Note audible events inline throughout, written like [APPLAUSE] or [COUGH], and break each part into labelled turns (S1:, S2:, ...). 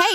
S1: Hey,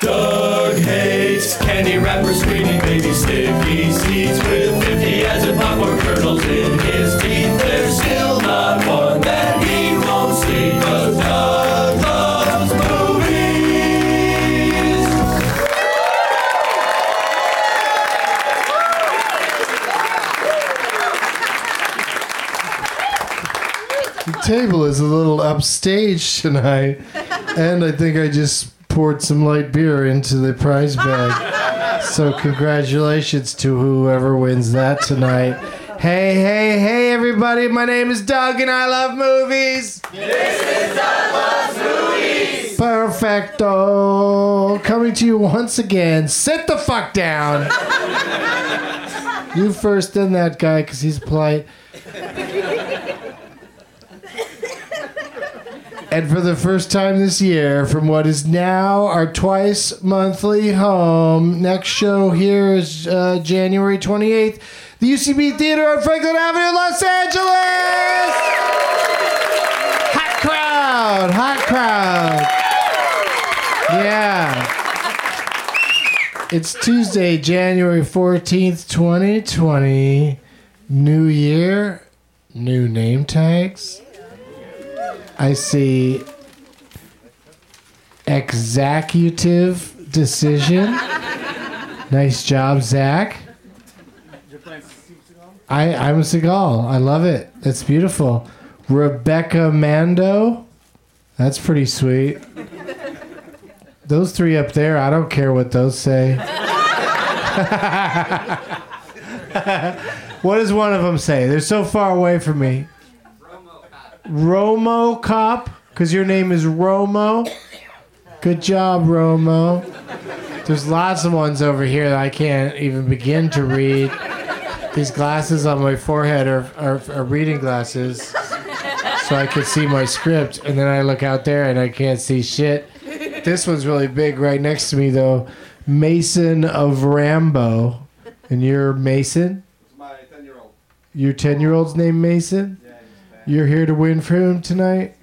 S2: Doug hates candy wrappers, screening baby sticky seeds with 50 as a popcorn kernels in his teeth. There's still not one that he won't see, 'cause Doug loves movies.
S3: The table is a little upstage tonight, and I think I just poured some light beer into the prize bag. So congratulations to whoever wins that tonight. Hey, hey, hey, everybody! My name is Doug, and I love movies. This is Doug loves movies. Perfecto, coming to you once again. Sit the fuck down. you first, then that guy, because he's polite. And for the first time this year, from what is now our twice monthly home, next show here is uh, January 28th, the UCB Theater on Franklin Avenue, Los Angeles! Hot crowd! Hot crowd! Yeah. It's Tuesday, January 14th, 2020. New year, new name tags. I see executive decision. [LAUGHS] nice job, Zach. I, I'm a Seagal. I love it. That's beautiful. Rebecca Mando. That's pretty sweet. Those three up there, I don't care what those say. [LAUGHS] what does one of them say? They're so far away from me. Romo Cop, because your name is Romo. Good job, Romo. There's lots of ones over here that I can't even begin to read. These glasses on my forehead are, are, are reading glasses, so I can see my script, and then I look out there and I can't see shit. This one's really big right next to me, though. Mason of Rambo. And you're Mason? Your 10 year old's named Mason? You're here to win for him tonight?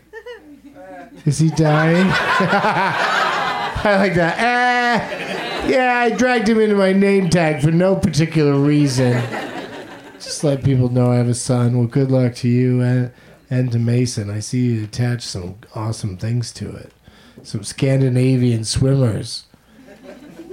S3: Is he dying? [LAUGHS] I like that. Ah, yeah, I dragged him into my name tag for no particular reason. Just let people know I have a son. Well, good luck to you and, and to Mason. I see you attach some awesome things to it. Some Scandinavian swimmers,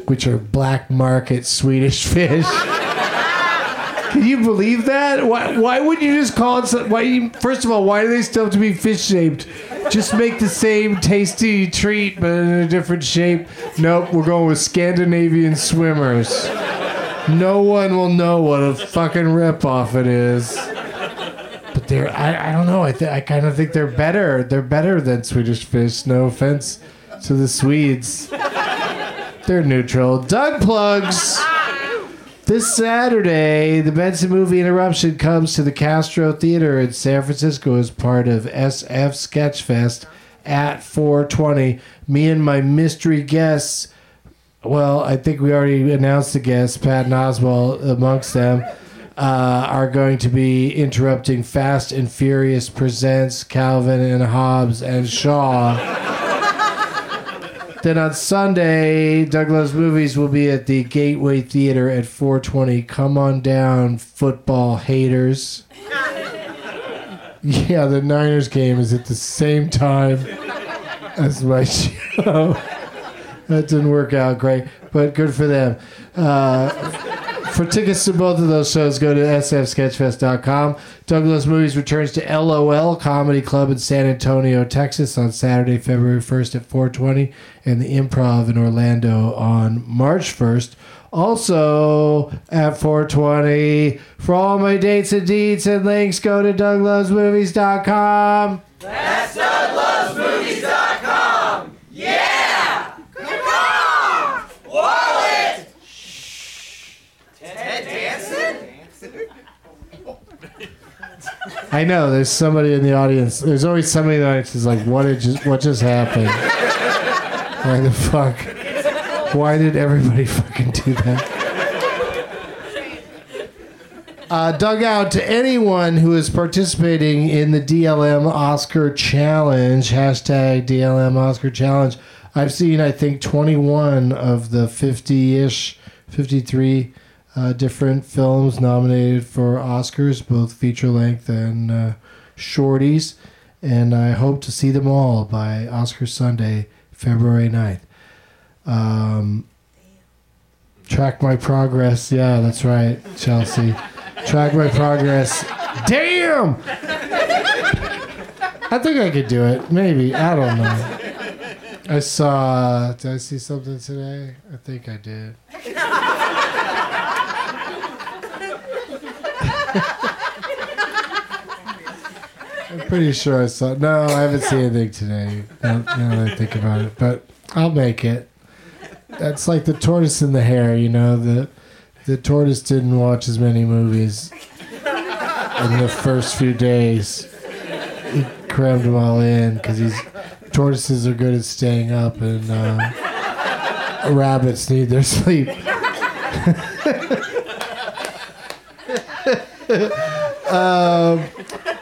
S3: which are black market Swedish fish. Can you believe that? Why, why would you just call it? some- Why you, first of all, why do they still have to be fish shaped? Just make the same tasty treat, but in a different shape. Nope, we're going with Scandinavian swimmers. No one will know what a fucking ripoff it is. But they're, I, I don't know. I, th- I kind of think they're better. They're better than Swedish fish. No offense to the Swedes. They're neutral. Doug plugs. This Saturday, the Benson Movie Interruption comes to the Castro Theater in San Francisco as part of SF Sketchfest at 420. Me and my mystery guests Well, I think we already announced the guests, Pat and Oswald amongst them, uh, are going to be interrupting Fast and Furious Presents Calvin and Hobbes and Shaw. then on Sunday, Douglas Movies will be at the Gateway Theater at 420. Come on down, football haters. [LAUGHS] yeah, the Niners game is at the same time as my [LAUGHS] show that didn't work out great, but good for them. Uh, for tickets to both of those shows, go to sfsketchfest.com. Douglas Movies returns to LOL Comedy Club in San Antonio, Texas on Saturday, February 1st at 420, and the Improv in Orlando on March 1st. Also at 420. For all my dates and deeds and links, go to douglasmovies.com. I know. There's somebody in the audience. There's always somebody in the audience who's like, "What did just, what just happened? Why the fuck? Why did everybody fucking do that?" Uh, dug out to anyone who is participating in the DLM Oscar Challenge hashtag DLM Oscar Challenge. I've seen I think 21 of the 50-ish, 53 uh, different films nominated for Oscars, both feature length and uh, shorties. And I hope to see them all by Oscar Sunday, February 9th. Um, track my progress. Yeah, that's right, Chelsea. track my progress. Damn! I think I could do it. Maybe. I don't know. I saw. Did I see something today? I think I did. pretty sure I saw. No, I haven't seen anything today. Now, now that I think about it, but I'll make it. That's like the tortoise and the hare. You know, the the tortoise didn't watch as many movies in the first few days. He crammed them all in because he's tortoises are good at staying up, and uh, rabbits need their sleep. [LAUGHS]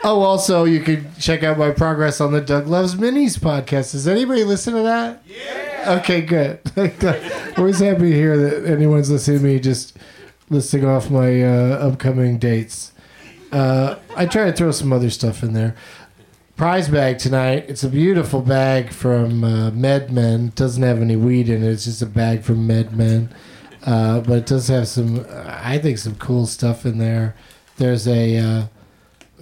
S3: Oh, also, you can check out my progress on the Doug Loves Minis podcast. Does anybody listen to that? Yeah. Okay, good. [LAUGHS] I'm always happy to hear that anyone's listening to me just listing off my uh, upcoming dates. Uh, I try to throw some other stuff in there. Prize bag tonight. It's a beautiful bag from uh, MedMen. It Doesn't have any weed in it. It's just a bag from MedMen. Uh, but it does have some, I think, some cool stuff in there. There's a. Uh,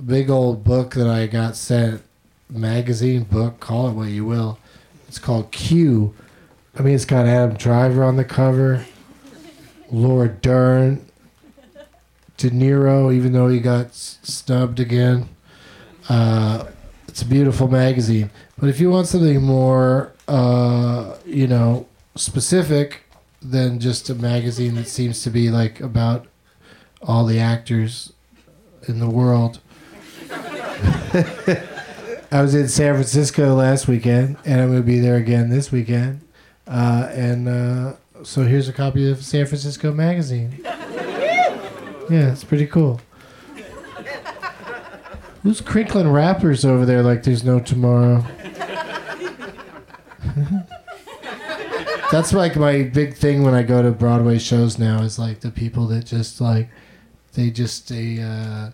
S3: big old book that I got sent, magazine book, call it what you will. It's called Q. I mean, it's got Adam Driver on the cover, Laura Dern, De Niro, even though he got s- snubbed again. Uh, it's a beautiful magazine. But if you want something more, uh, you know, specific than just a magazine that seems to be like about all the actors in the world, I was in San Francisco last weekend, and I'm going to be there again this weekend. Uh, and uh, so here's a copy of San Francisco Magazine. Yeah, it's pretty cool. Who's crinkling wrappers over there like there's no tomorrow? That's like my big thing when I go to Broadway shows now is like the people that just like, they just, they, uh,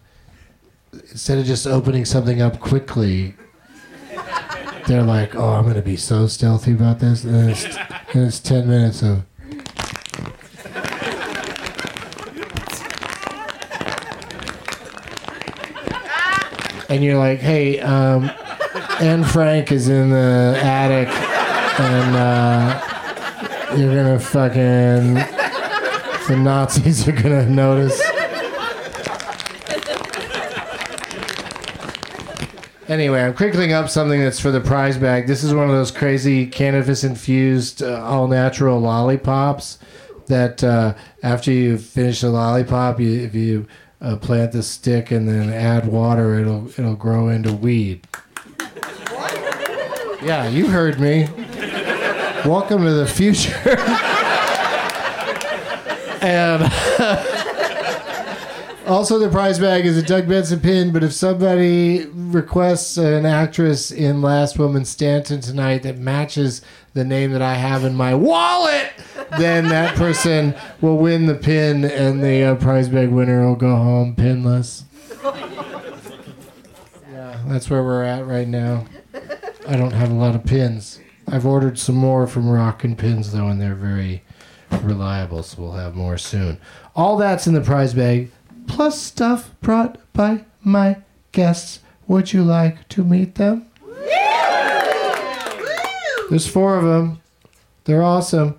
S3: instead of just opening something up quickly, they're like, "Oh, I'm gonna be so stealthy about this," and it's, and it's ten minutes of. And you're like, "Hey, um, Anne Frank is in the attic, and uh, you're gonna fucking the Nazis are gonna notice." Anyway, I'm crinkling up something that's for the prize bag. This is one of those crazy cannabis infused uh, all natural lollipops that uh, after you finish the lollipop, you, if you uh, plant the stick and then add water, it'll it'll grow into weed. Yeah, you heard me. Welcome to the future. [LAUGHS] And also, the prize bag is a Doug Benson pin. But if somebody requests an actress in Last Woman Stanton tonight that matches the name that I have in my wallet, then that person will win the pin, and the uh, prize bag winner will go home pinless. Yeah, that's where we're at right now. I don't have a lot of pins. I've ordered some more from Rockin' Pins though, and they're very reliable, so we'll have more soon. All that's in the prize bag, plus stuff brought by my guests. Would you like to meet them? There's four of them. They're awesome.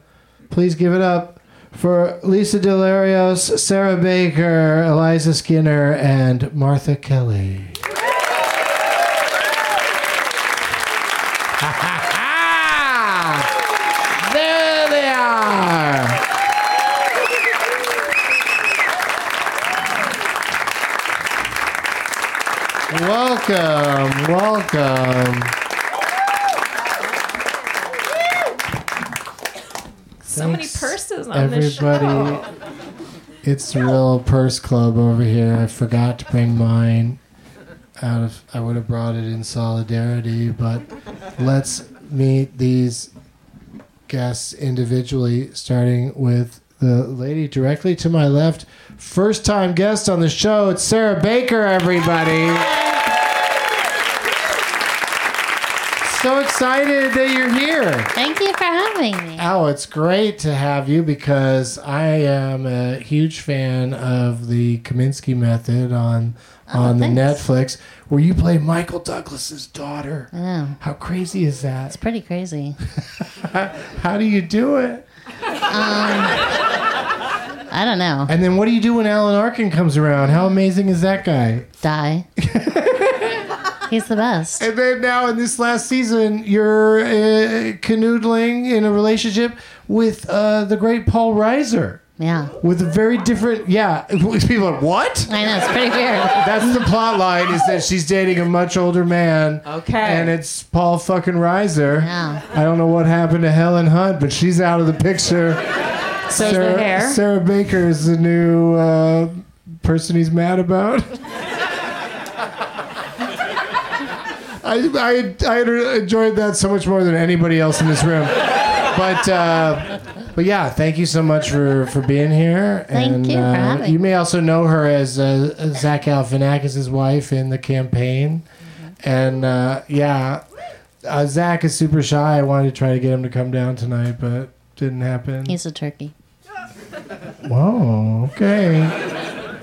S3: Please give it up for Lisa Delarios, Sarah Baker, Eliza Skinner, and Martha Kelly. there Ah! they are. Welcome, welcome.
S4: So many purses on this show.
S3: Everybody, it's a real purse club over here. I forgot to bring mine. Out of, I would have brought it in solidarity, but let's meet these guests individually, starting with the lady directly to my left. First time guest on the show, it's Sarah Baker, everybody. So excited that you're here.
S5: Thank you for having me.
S3: Oh, it's great to have you because I am a huge fan of the Kaminsky method on on the
S5: thanks.
S3: Netflix, where you play Michael Douglas's daughter.
S5: Mm.
S3: How crazy is that?
S5: It's pretty crazy.
S3: How do you do it?
S5: I don't know.
S3: And then what do you do when Alan Arkin comes around? How amazing is that guy?
S5: [LAUGHS] Die. He's the best.
S3: And then now in this last season, you're uh, canoodling in a relationship with uh, the great Paul Reiser.
S5: Yeah.
S3: With a very different, yeah. [LAUGHS] People are like, what?
S5: I know, it's pretty weird.
S3: That's the plot line is that she's dating a much older man.
S4: Okay.
S3: And it's Paul fucking Reiser.
S5: Yeah.
S3: I don't know what happened to Helen Hunt, but she's out of the picture.
S4: So's
S3: Sarah,
S4: the hair.
S3: Sarah Baker is the new uh, person he's mad about. [LAUGHS] I, I, I enjoyed that so much more than anybody else in this room. But uh, but yeah, thank you so much for, for being here.
S5: Thank
S3: and,
S5: you for
S3: uh,
S5: having
S3: You may also know her as uh, Zach Galifianakis' wife in the campaign.
S5: Mm-hmm.
S3: And uh, yeah, uh, Zach is super shy. I wanted to try to get him to come down tonight, but didn't happen.
S5: He's a turkey.
S3: Whoa, okay.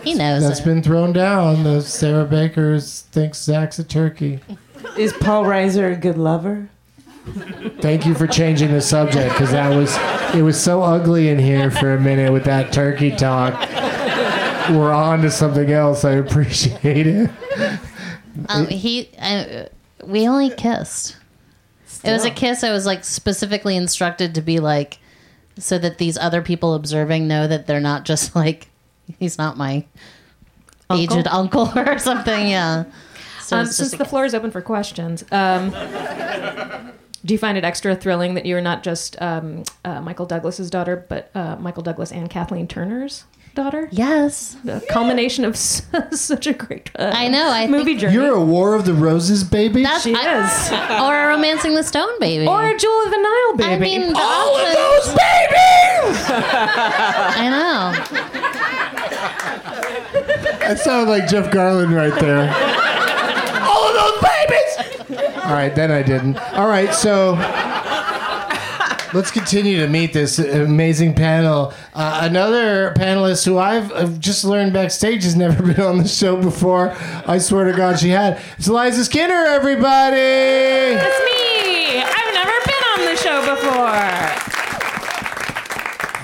S5: He knows
S3: That's
S5: it.
S3: been thrown down. The Sarah Bakers thinks Zach's a turkey.
S4: Is Paul Reiser a good lover?
S3: Thank you for changing the subject because that was it was so ugly in here for a minute with that turkey talk. We're on to something else. I appreciate it.
S5: um, he, I, we only kissed. It was a kiss I was like specifically instructed to be like, so that these other people observing know that they're not just [LAUGHS] like, he's not my aged uncle [LAUGHS] or something. Yeah. So
S4: Um,
S5: it's
S4: since
S5: just a
S4: the floor is open for questions, um, do you find it extra thrilling that you're not just um, uh, Michael Douglas's daughter, but uh, Michael Douglas and Kathleen Turner's daughter?
S5: yes.
S4: The culmination of s- [LAUGHS] such a great uh,
S5: I know. I
S4: movie
S5: think
S4: journey.
S3: You're a War of the Roses baby.
S5: that's
S4: she
S5: I-
S4: is.
S5: or a romancing the stone baby
S4: Or a Jewel of the Nile baby.
S5: I mean,
S3: All of
S5: options-
S3: those babies.
S5: [LAUGHS] I know.
S3: That sounded like Jeff Garland right there. All of those babies. All right, then I didn't. All right, so. Let's continue to meet this amazing panel. Uh, another panelist who I've, I've just learned backstage has never [LAUGHS] been on the show before. I swear to God, she had. It's Eliza Skinner, everybody.
S4: That's me. I've never been on the show before.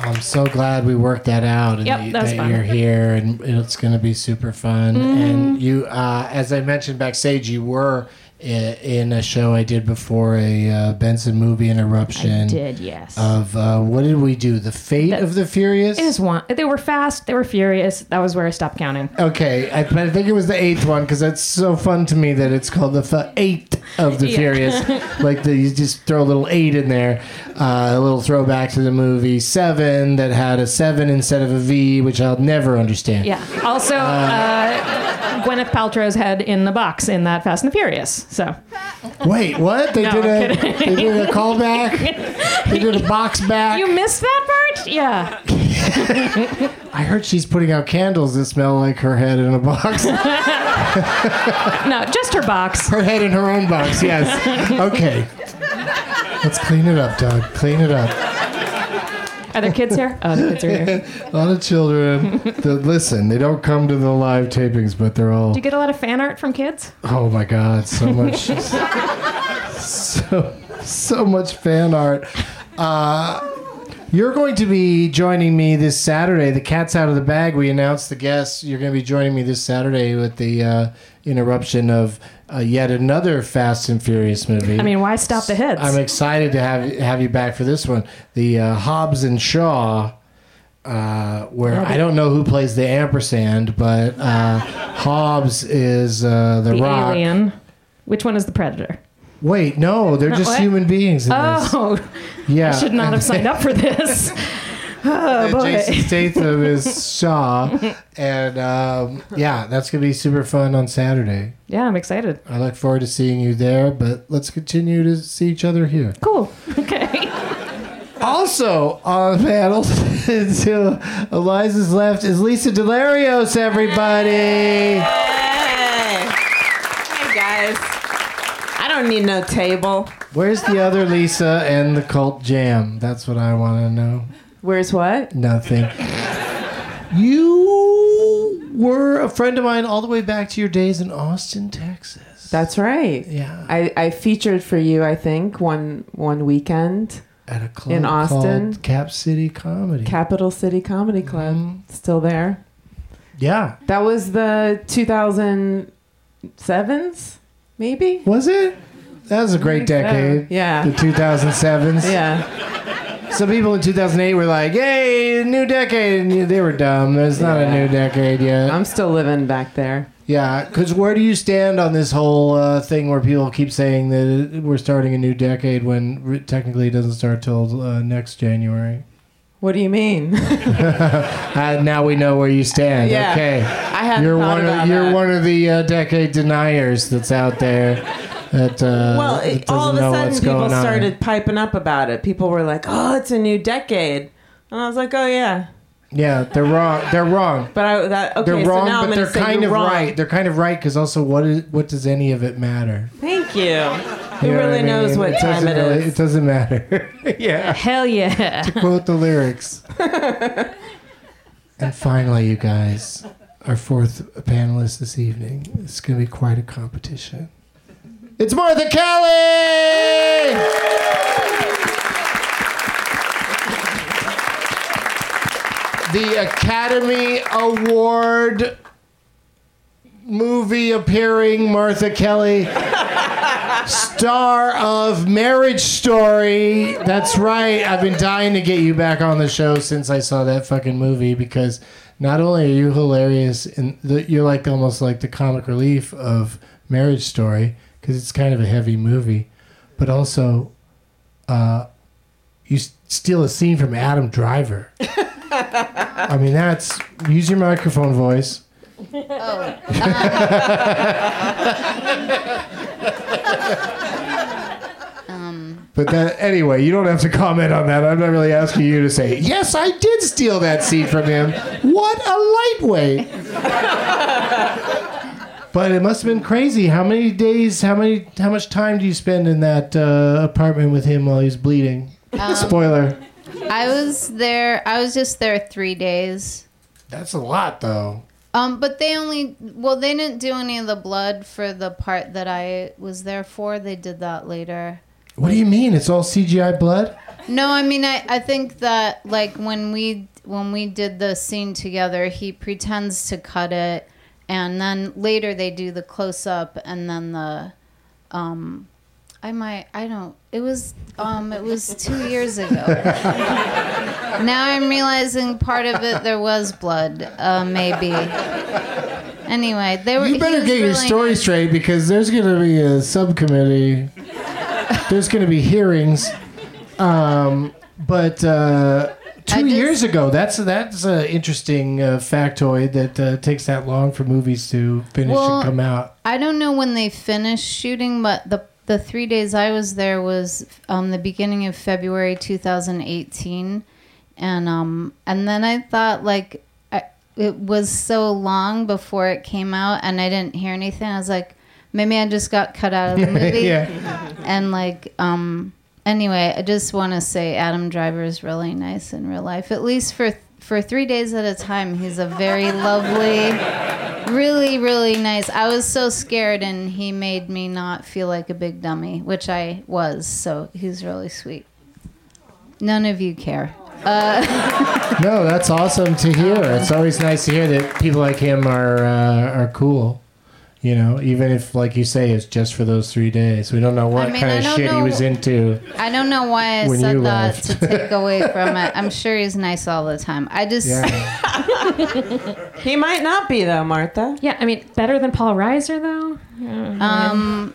S3: I'm so glad we worked that out and
S4: Yep,
S3: you-
S4: that was fun.
S3: you're here,
S4: Mm-hmm.
S3: and it's going to be super fun. And you, uh, as I mentioned backstage, you were i- in a show I did before a uh, Benson movie and eruption.
S4: Did yes.
S3: Of uh, what did we do? The Fate
S4: That-
S3: of the Furious.
S4: it was one. They were fast. They were furious. That was where I stopped counting.
S3: Okay, I, but I think it was the eighth one because that's so fun to me that it's called the f- eight of the
S4: Yeah.
S3: Furious.
S4: [LAUGHS]
S3: like the, you just throw a little eight in there, uh, a little throwback to the movie Seven that had a seven instead of a V, which I'll never understand.
S4: Yeah. Also, uh, Gwyneth Paltrow's head in the box in that Fast and the Furious. So
S3: Wait, what? They
S4: No,
S3: did
S4: I'm
S3: a
S4: kidding.
S3: they did a callback. they did a
S4: [LAUGHS]
S3: box back.
S4: you missed that part? Yeah.
S3: I heard she's putting out candles that smell like her head in a
S4: [LAUGHS]
S3: box. her
S4: No, just her box.
S3: head in her own box. Yes. Okay. Let's clean it up, Doug. Clean it up.
S4: Are there kids here? Oh, the kids are here. Do
S3: A lot of children that listen. They don't come to the live tapings, but they're all.
S4: you get a lot of fan art from kids?
S3: Oh my God!
S4: [LAUGHS]
S3: So much, so so much fan art. Uh, you're going to be joining me this Saturday. The cat's out of the bag. We announced the guests. You're going to be joining me this Saturday with the uh, interruption of uh, yet another Fast and Furious movie.
S4: I mean, why stop the hits?
S3: I'm excited to have have you back for this one. The uh, Hobbs and Shaw, uh, where I don't know who plays the ampersand, but uh, Hobbs is uh, the,
S4: the
S3: rock.
S4: alien. Which one is the predator?
S3: Wait, no, they're just
S4: [LAUGHS] what?
S3: human beings in
S4: Oh,
S3: this. Yeah,
S4: I should not have signed up for [LAUGHS] this. Oh
S3: And Jason
S4: boy.
S3: Statham
S4: [LAUGHS]
S3: is Shaw, and um, yeah, that's gonna be super fun on Saturday.
S4: Yeah, I'm excited.
S3: I look forward to seeing you there, but let's continue to see each other here.
S4: Cool. Okay.
S3: Also on the panel [LAUGHS] to Eliza's left is Lisa Delarios, everybody.
S6: Hey guys. I don't need no table.
S3: Where's the other Lisa and the cult jam? That's what I want to know.
S6: Where's what?
S3: Nothing. You were a friend of mine all the way back to your days in Austin, Texas.
S6: That's right.
S3: Yeah.
S6: I, I featured for you, I think, one one weekend.
S3: At a club
S6: In Austin?
S3: called Cap City Comedy.
S6: Capital City Comedy Club. Still there.
S3: yeah.
S6: That was the 2007s, maybe? Oh,
S3: Was it? That was a great decade. The
S6: Yeah.
S3: 2007s.
S6: Yeah.
S3: Some people in 2008 were like, "Yay, new decade!" And they were dumb. There's not a new decade yet.
S6: I'm still living back there.
S3: yeah, because where do you stand on this whole uh, thing where people keep saying that we're starting a new decade when re- technically it doesn't start till uh, next January?
S6: What do you mean?
S3: Uh, now we know where you stand.
S6: Yeah.
S3: Okay,
S6: I hadn't
S3: you're
S6: thought
S3: one
S6: about
S3: of you're
S6: that.
S3: one of the uh, decade deniers that's out there. That uh,
S6: Well,
S3: that
S6: it, all
S3: doesn't
S6: of a
S3: know
S6: sudden,
S3: what's
S6: people
S3: going on.
S6: started piping up about it. People were like, "Oh, it's a new decade," and I was like, "Oh yeah,"
S3: Yeah, they're wrong. They're wrong.
S6: but I that okay.
S3: They're wrong,
S6: so now I'm
S3: but
S6: gonna
S3: they're
S6: say
S3: kind
S6: you're
S3: of
S6: wrong.
S3: right. They're kind of right because also, what is what does any of it matter?
S6: Thank you. Who
S3: You know
S6: really
S3: I mean?
S6: knows what time
S3: doesn't
S6: it
S3: really-
S6: is?
S3: It doesn't matter. [LAUGHS] yeah.
S4: Hell yeah.
S3: Quote the lyrics. and finally, you guys, our fourth panelist this evening. It's going to be quite a competition. It's Martha Kelly! The Academy Award movie appearing Martha Kelly star of Marriage Story. That's right. I've been dying to get you back on the show since I saw that fucking movie because not only are you hilarious and the, you're like almost like the comic relief of Marriage Story because it's kind of a heavy movie, but also uh, you s- steal a scene from Adam Driver. I mean, that's use your microphone voice. But that, anyway, you don't have to comment on that. I'm not really asking you to say, yes, I did steal that seat from him. What a lightweight. but it must have been crazy. How many days, how many, how much time do you spend in that uh, apartment with him while he's bleeding? Spoiler.
S7: I was there. I was just there three days.
S3: That's a lot, though.
S7: Um, but they only well, they didn't do any of the blood for the part that I was there for. They did that later.
S3: What do you mean? It's all CGI blood?
S7: No, I mean I, I think that like when we when we did the scene together, he pretends to cut it and then later they do the close up and then the um I might I don't it was um it was 2 years ago. now I'm realizing part of it there was blood uh maybe. Anyway, they were
S3: You
S7: he
S3: better
S7: was
S3: get your
S7: really
S3: story
S7: nice.
S3: straight because there's going to be a subcommittee. there's going to be hearings. Um, but uh, two
S7: just-
S3: years ago, that's that's an interesting uh, factoid that uh, takes that long for movies to finish
S7: Well,
S3: and come out.
S7: I don't know when they finished shooting, but the the three days I was there was um, the beginning of February 2018, and um and then I thought like I, it was so long before it came out, and I didn't hear anything. I was like, maybe I just got cut out of the movie,
S3: Yeah.
S7: and like um anyway, I just want to say Adam Driver is really nice in real life, at least for. for three days at a time, he's a very lovely, really really nice i was so scared and he made me not feel like a big dummy which i was so he's really sweet none of you care
S3: No, that's awesome to hear. It's always nice to hear that people like him are uh, are cool. You know, even if, like you say, it's just for those three days. We don't know what
S7: I mean,
S3: kind
S7: I
S3: of
S7: don't
S3: shit he
S7: know-
S3: was
S7: [LAUGHS]
S3: into.
S7: i don't know why i
S3: When you
S7: said that
S3: left.
S7: to take away from it i'm sure he's nice all the time i just
S3: Yeah.
S6: He might not be though, Martha.
S4: Yeah, I mean, better than Paul Reiser though. [LAUGHS]
S7: um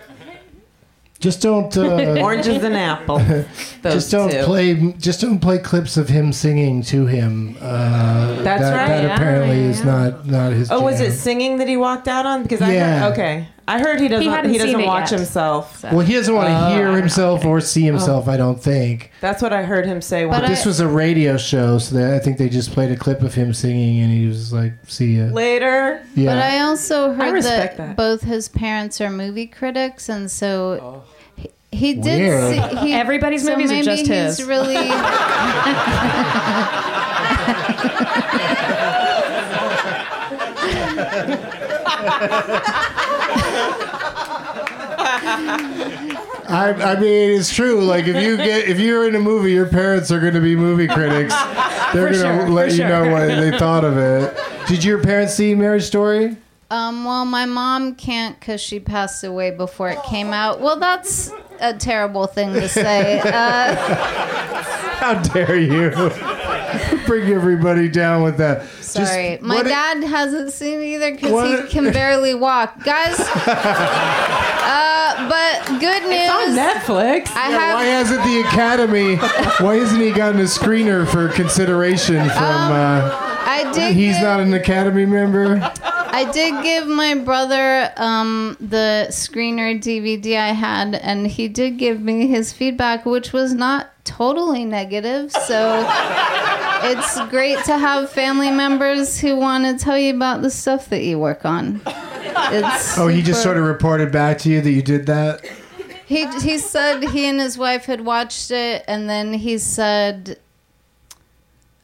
S3: Just don't. Uh,
S6: Orange is an apple. Those
S3: [LAUGHS] just don't
S6: two.
S3: play. Just don't play clips of him singing to him. Uh,
S6: That's
S3: that,
S6: right,
S3: That
S6: yeah,
S3: apparently is not not his.
S6: Oh, was
S3: jam.
S6: it singing that he walked out on? Because I
S3: Yeah.
S6: heard, okay, I heard he doesn't.
S4: hadn't
S6: He,
S4: seen
S6: doesn't
S4: it
S6: watch
S4: yet.
S6: himself.
S3: Well, he doesn't want to hear himself or see himself. I don't think.
S6: That's what I heard him say. One
S7: But
S3: This was a radio show, so that, I think they just played a clip of him singing, and he was like, "See ya."
S6: later.
S3: Yeah.
S7: But I also heard that,
S6: respect that.
S7: both his parents are movie critics, and so he, he did.
S3: Weird.
S7: See, he,
S4: Everybody's
S7: so
S4: movies are
S7: maybe
S4: just
S7: he's
S4: his.
S7: Really.
S4: [LAUGHS]
S3: I, I mean, it's true. Like if you get if you're in a movie, your parents are going to be movie critics. They're going to
S4: sure,
S3: let
S4: for
S3: you
S4: sure.
S3: know what they thought of it. Did your parents see Marriage Story?
S7: Um, well, my mom can't because she passed away before it came out. Well, that's a terrible thing to
S3: [LAUGHS]
S7: say. Uh,
S3: How dare you bring everybody down with that? Just-
S7: sorry, my
S3: what-
S7: dad hasn't seen it either because
S3: What-
S7: he can barely walk,
S3: [LAUGHS]
S7: guys. uh, but good
S6: On
S7: news,
S6: Netflix.
S7: I
S3: Why
S7: have.
S3: hasn't the Academy? Why hasn't he gotten a screener for consideration from? Uh,
S7: I Um, did.
S3: he's
S7: get-
S3: not an Academy member.
S7: I did give my brother um, the screener DVD I had, and he did give me his feedback, which was not totally negative. So it's great to have family members who want to tell you about the stuff that you work on. It's
S3: Oh, he just
S7: super-
S3: sort of reported back to you that you did that.
S7: he he said he and his wife had watched it, and then he said,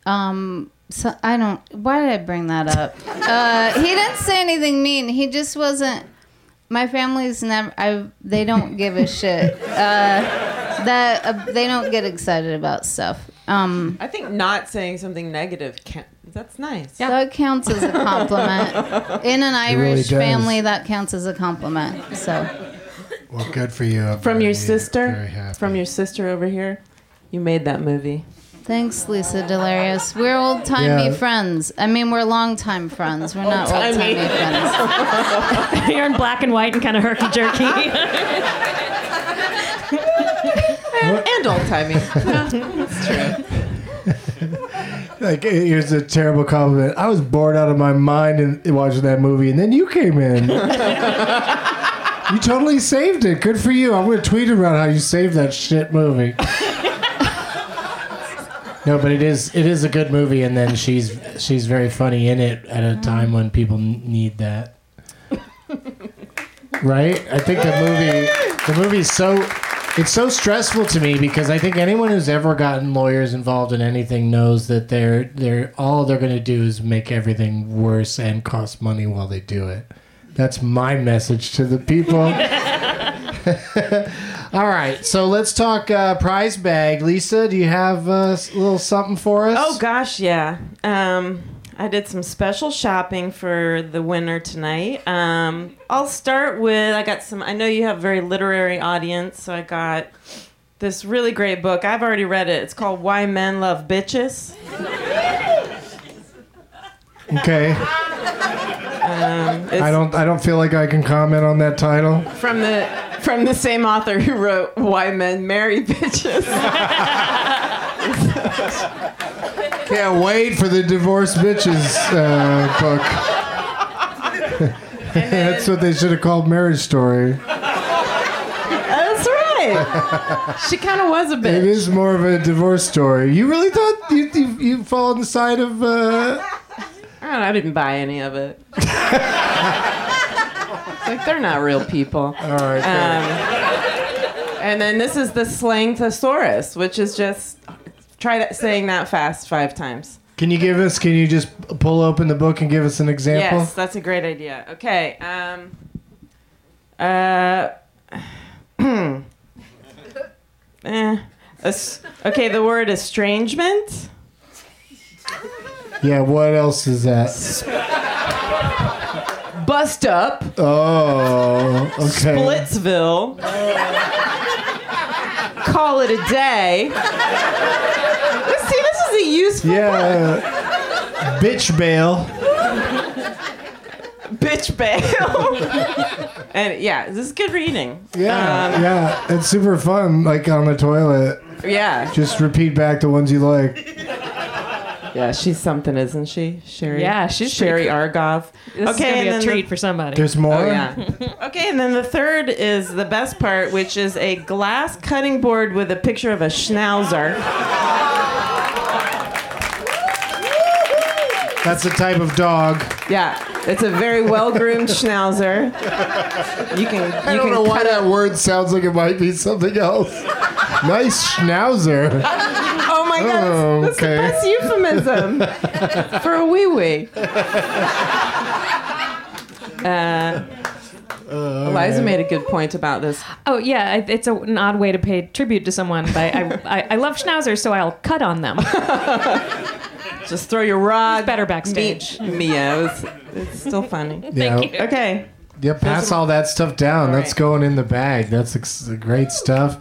S7: um. So I don't. Why did I bring that up? Uh, he didn't say anything mean. He just wasn't. My family's never. I. They don't give a shit. Uh, that uh, they don't get excited about stuff. Um,
S6: I think not saying something negative can. That's nice.
S7: that counts as a compliment. In an
S3: really
S7: Irish
S3: does.
S7: family, that counts as a compliment. So
S3: Well, good for you. I'm
S6: From
S3: very-
S6: your
S3: very
S6: sister.
S3: happy.
S6: From your sister over here. You made that movie.
S7: Thanks, Lisa Delarius. We're old timey
S3: Yeah.
S7: friends. I mean, we're long time friends. We're not old timey friends.
S4: You're in black and white and kind of herky [LAUGHS] jerky.
S6: And old timey.
S3: Like it it was a terrible compliment. I was bored out of my mind in watching that movie, and then you came in. you totally saved it. Good for you. I'm gonna tweet about how you saved that shit movie. no, but it is it is a good movie, and then she's she's very funny in it at a time when people n- need that. right? I think the movie the movie's so it's so stressful to me because I think anyone who's ever gotten lawyers involved in anything knows that they're they're all they're going to do is make everything worse and cost money while they do it. That's my message to the people. [LAUGHS] all right, so let's talk uh, prize bag. Lisa, do you have uh, a little something for us?
S6: Oh gosh, yeah. Um, I did some special shopping for the winter tonight. Um, I'll start with I got some. I know you have a very literary audience, so I got this really great book. I've already read it. It's called Why Men Love Bitches.
S3: Okay.
S6: Um,
S3: I
S6: it's-
S3: don't. I don't feel like I can comment on that title.
S6: from the from the same author who wrote Why Men Marry Bitches.
S3: Can't wait for the divorce bitches uh, book. [LAUGHS] That's what they should have called Marriage Story.
S6: That's right. She kind of was a
S3: It
S6: bitch.
S3: is more of a divorce story. You really thought you you, you fall on the side of? Uh,
S6: I, don't know, I didn't buy any of it. It's like they're not real people.
S3: all right.
S6: Um, and then this is the slang thesaurus, which is just try that, saying that fast five times.
S3: Can you give us? Can you just pull open the book and give us an example?
S6: Yes, that's a great idea. Okay. Um, uh, [CLEARS THROAT] eh, es- okay, the word estrangement.
S3: Yeah. What else is that?
S6: Bust up.
S3: Oh. Okay.
S6: Splitsville. Call it a day. See, this is a useful
S3: Yeah. Bitch bail.
S6: bitch bail. [LAUGHS] and yeah, this is good reading.
S3: Yeah.
S6: Um,
S3: yeah. It's super fun. Like on the toilet.
S6: Yeah.
S3: Just repeat back the ones you like.
S6: Yeah, she's something, isn't she? Sherry.
S4: Yeah, she's
S6: Sherry
S4: pretty
S6: Argov.
S4: This is gonna be a
S6: then
S4: treat
S6: The,
S4: for somebody.
S3: There's more.
S6: oh, yeah. [LAUGHS] okay, and then the third is the best part, which is a glass cutting board with a picture of a schnauzer.
S3: That's the type of dog.
S6: Yeah, it's a very well
S4: [LAUGHS]
S6: groomed schnauzer. You can. You
S3: I don't
S6: can
S3: know why
S6: cut
S3: that word sounds like it might be something else. [LAUGHS] nice schnauzer.
S6: Oh my god, that's-
S3: Oh,
S6: that's,
S3: okay.
S6: the best euphemism for a wee wee.
S3: [LAUGHS]
S6: Uh,
S3: Uh,
S6: Eliza made a good point about this.
S4: Oh yeah, I- it's a, an odd way to pay tribute to someone, but I,
S3: [LAUGHS]
S4: I, I love schnauzers, so I'll cut on them.
S6: Just throw your rod.
S4: better backstage.
S6: Meet Mia. It's, it's still funny.
S3: Thank yeah.
S6: Okay.
S3: Yeah, pass all that stuff down. That's
S6: right.
S3: going in the bag. That's ex- great stuff.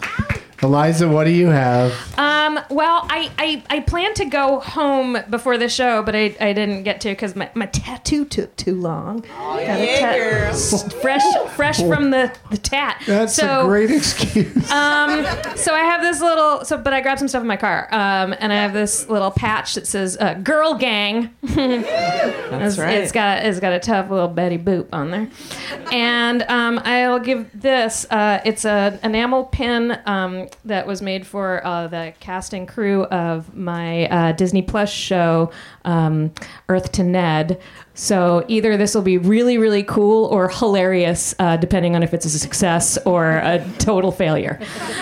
S3: Eliza, what do you have?
S4: Um, well, I, I, I planned to go home before the show, but I, I didn't get to because my, my tattoo took too long. Got a tat- fresh
S3: [LAUGHS]
S4: fresh from the, the tat.
S3: That's
S4: so,
S3: a great excuse.
S4: Um, so I have this little, so but I grabbed some stuff in my car, um, and I have this little patch that says uh, "Girl Gang." [LAUGHS]
S6: That's
S4: It's-
S6: right.
S4: It's got it's got a tough little Betty Boop on there, and um, I'll give this. Uh, it's an enamel pin um, that was made for uh, the cast and crew of my uh, Disney Plus show, um, Earth to Ned. So either this will be really really cool or hilarious, uh, depending on if it's a success or a total failure.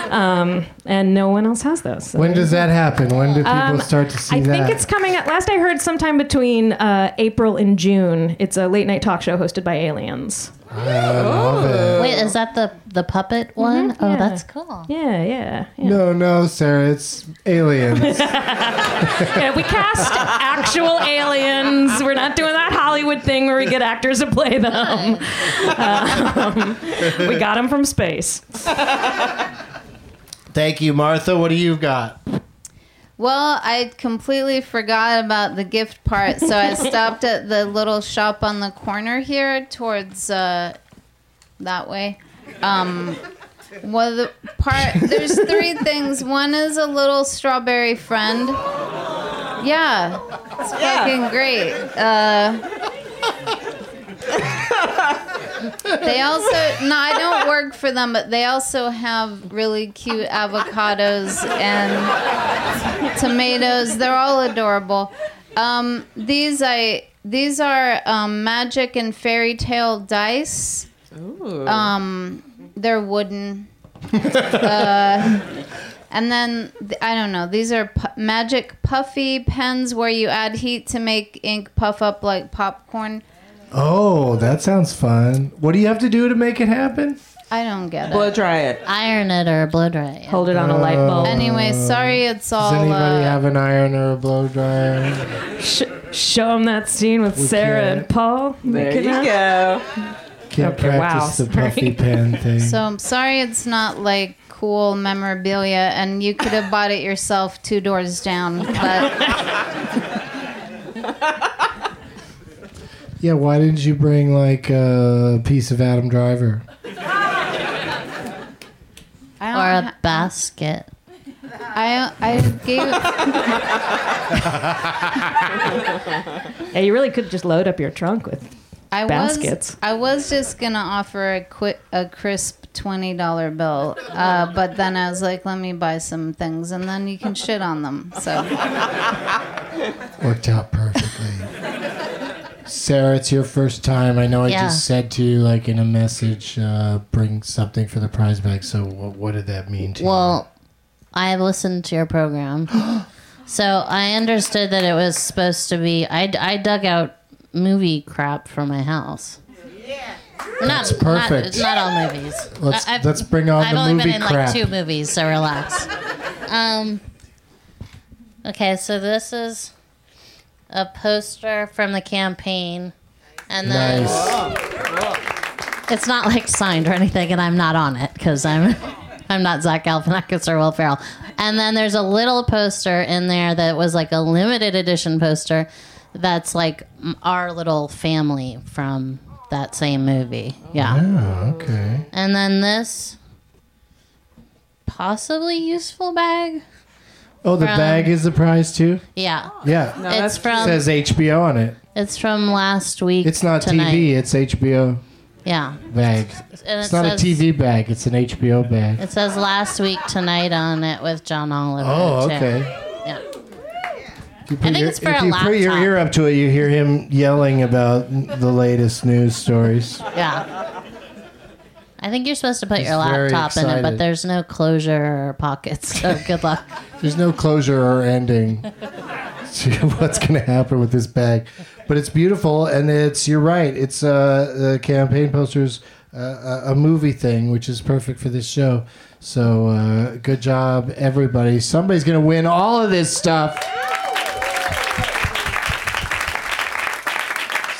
S4: Um, and no one else has those. so-
S3: when does that happen? When do people
S4: um,
S3: start to see
S4: I
S3: that?
S4: think it's coming up. Last I heard, sometime between uh, April and June. It's a late night talk show hosted by aliens.
S3: I love it.
S5: Wait, is that the the puppet
S4: Mm-hmm,
S5: one? Oh, that's cool.
S4: Yeah, yeah. yeah.
S3: No, no, Sarah, it's aliens.
S4: Yeah, we cast actual aliens. We're not doing that Hollywood thing where we get actors to play them. Um, we got them from space.
S3: Thank you, Martha. What do you got?
S7: Well, I completely forgot about the gift part, so I stopped at the little shop on the corner here towards uh, that way. Um, well, the part there's three things. One is a little strawberry friend. Yeah, it's fucking great. Uh, they also no, I don't work for them, but they also have really cute avocados and tomatoes. They're all adorable. Um, these I these are um, magic and fairy tale dice. Um,
S3: [LAUGHS]
S7: they're wooden. uh, and then th- I don't know. These are pu- magic puffy pens where you add heat to make ink puff up like popcorn.
S3: Oh, that sounds fun. What do you have to do to make it happen?
S7: I don't get
S6: Blow
S7: it.
S6: dry it.
S5: Iron it or blow dry it.
S4: Hold it on a
S3: Oh.
S4: light bulb.
S7: Anyway, sorry, it's
S3: uh, Does
S7: all.
S3: anybody
S7: Uh,
S3: have an iron or a blow dryer?
S4: Sh- Show him that scene with Sarah
S3: can't.
S4: and Paul.
S6: There
S4: Making out.
S6: you go.
S3: Can't
S4: Okay, wow,
S3: practice the
S4: sorry.
S3: puffy pen
S5: [LAUGHS]
S3: thing.
S7: So I'm sorry it's not like cool memorabilia, and you could have bought it yourself two doors down. But
S3: yeah, why didn't you bring like a piece of Adam Driver?
S7: I
S5: or
S7: don't.
S5: a
S7: ha-
S5: basket.
S7: I I gave.
S6: [LAUGHS]
S4: Yeah, you really could just load up your trunk with.
S7: I
S4: Baskets.
S7: was I was just gonna offer a quick a crisp twenty dollar bill, uh, but then I was like, let me buy some things, and then you can shit on them. So
S3: Worked out perfectly. Sarah, it's your first time. I know I
S5: Yeah.
S3: just said to you, like in a message, uh, bring something for the prize bag. So, what, what did that mean to
S5: Well, I have listened to
S4: [GASPS]
S5: your program. so I understood that it was supposed to be. I, I dug out movie crap for my house. Yeah. Not,
S3: That's perfect.
S5: Not, not all movies.
S3: you? Let's,
S5: I- I've-
S3: let's bring on
S5: I've
S3: the
S5: only
S3: movie
S5: been in
S3: crap.
S5: like two movies, so relax. um, okay, so this is a poster from the campaign, and then
S3: nice.
S5: it's not like signed or anything, and I'm not on it because I'm [LAUGHS] I'm not Zach Galifianakis or Will Ferrell. And then there's a little poster in there that was like a limited edition poster that's like m- our little family from that same movie. Yeah.
S3: Oh, okay.
S5: And then this possibly useful bag.
S3: Oh, the
S5: From-
S3: bag is the prize too.
S5: Yeah.
S3: Yeah,
S5: it's
S3: it
S5: from
S3: says HBO on it.
S5: it's from last week.
S3: It's not
S5: tonight.
S3: TV. It's HBO
S5: Yeah.
S3: bag.
S5: And
S3: It's not a TV bag. It's an HBO bag.
S5: It says last week tonight on it with John Oliver.
S3: Oh,
S5: too.
S3: okay.
S5: Yeah.
S3: You put
S5: I think
S3: your-
S5: it's for
S3: if
S5: a
S3: you put your
S5: laptop.
S3: ear up to it, you hear him yelling about the latest news stories.
S5: Yeah. I think you're supposed to put your
S3: very
S5: laptop in it,
S3: excited.
S5: but there's no closure or pockets. So good luck.
S3: There's no closure or ending [LAUGHS] to what's going to happen with this bag, but it's beautiful, and it's you're right. It's uh, the campaign posters, uh, a a movie thing, which is perfect for this show. So uh, good job, everybody. Somebody's going to win all of this stuff.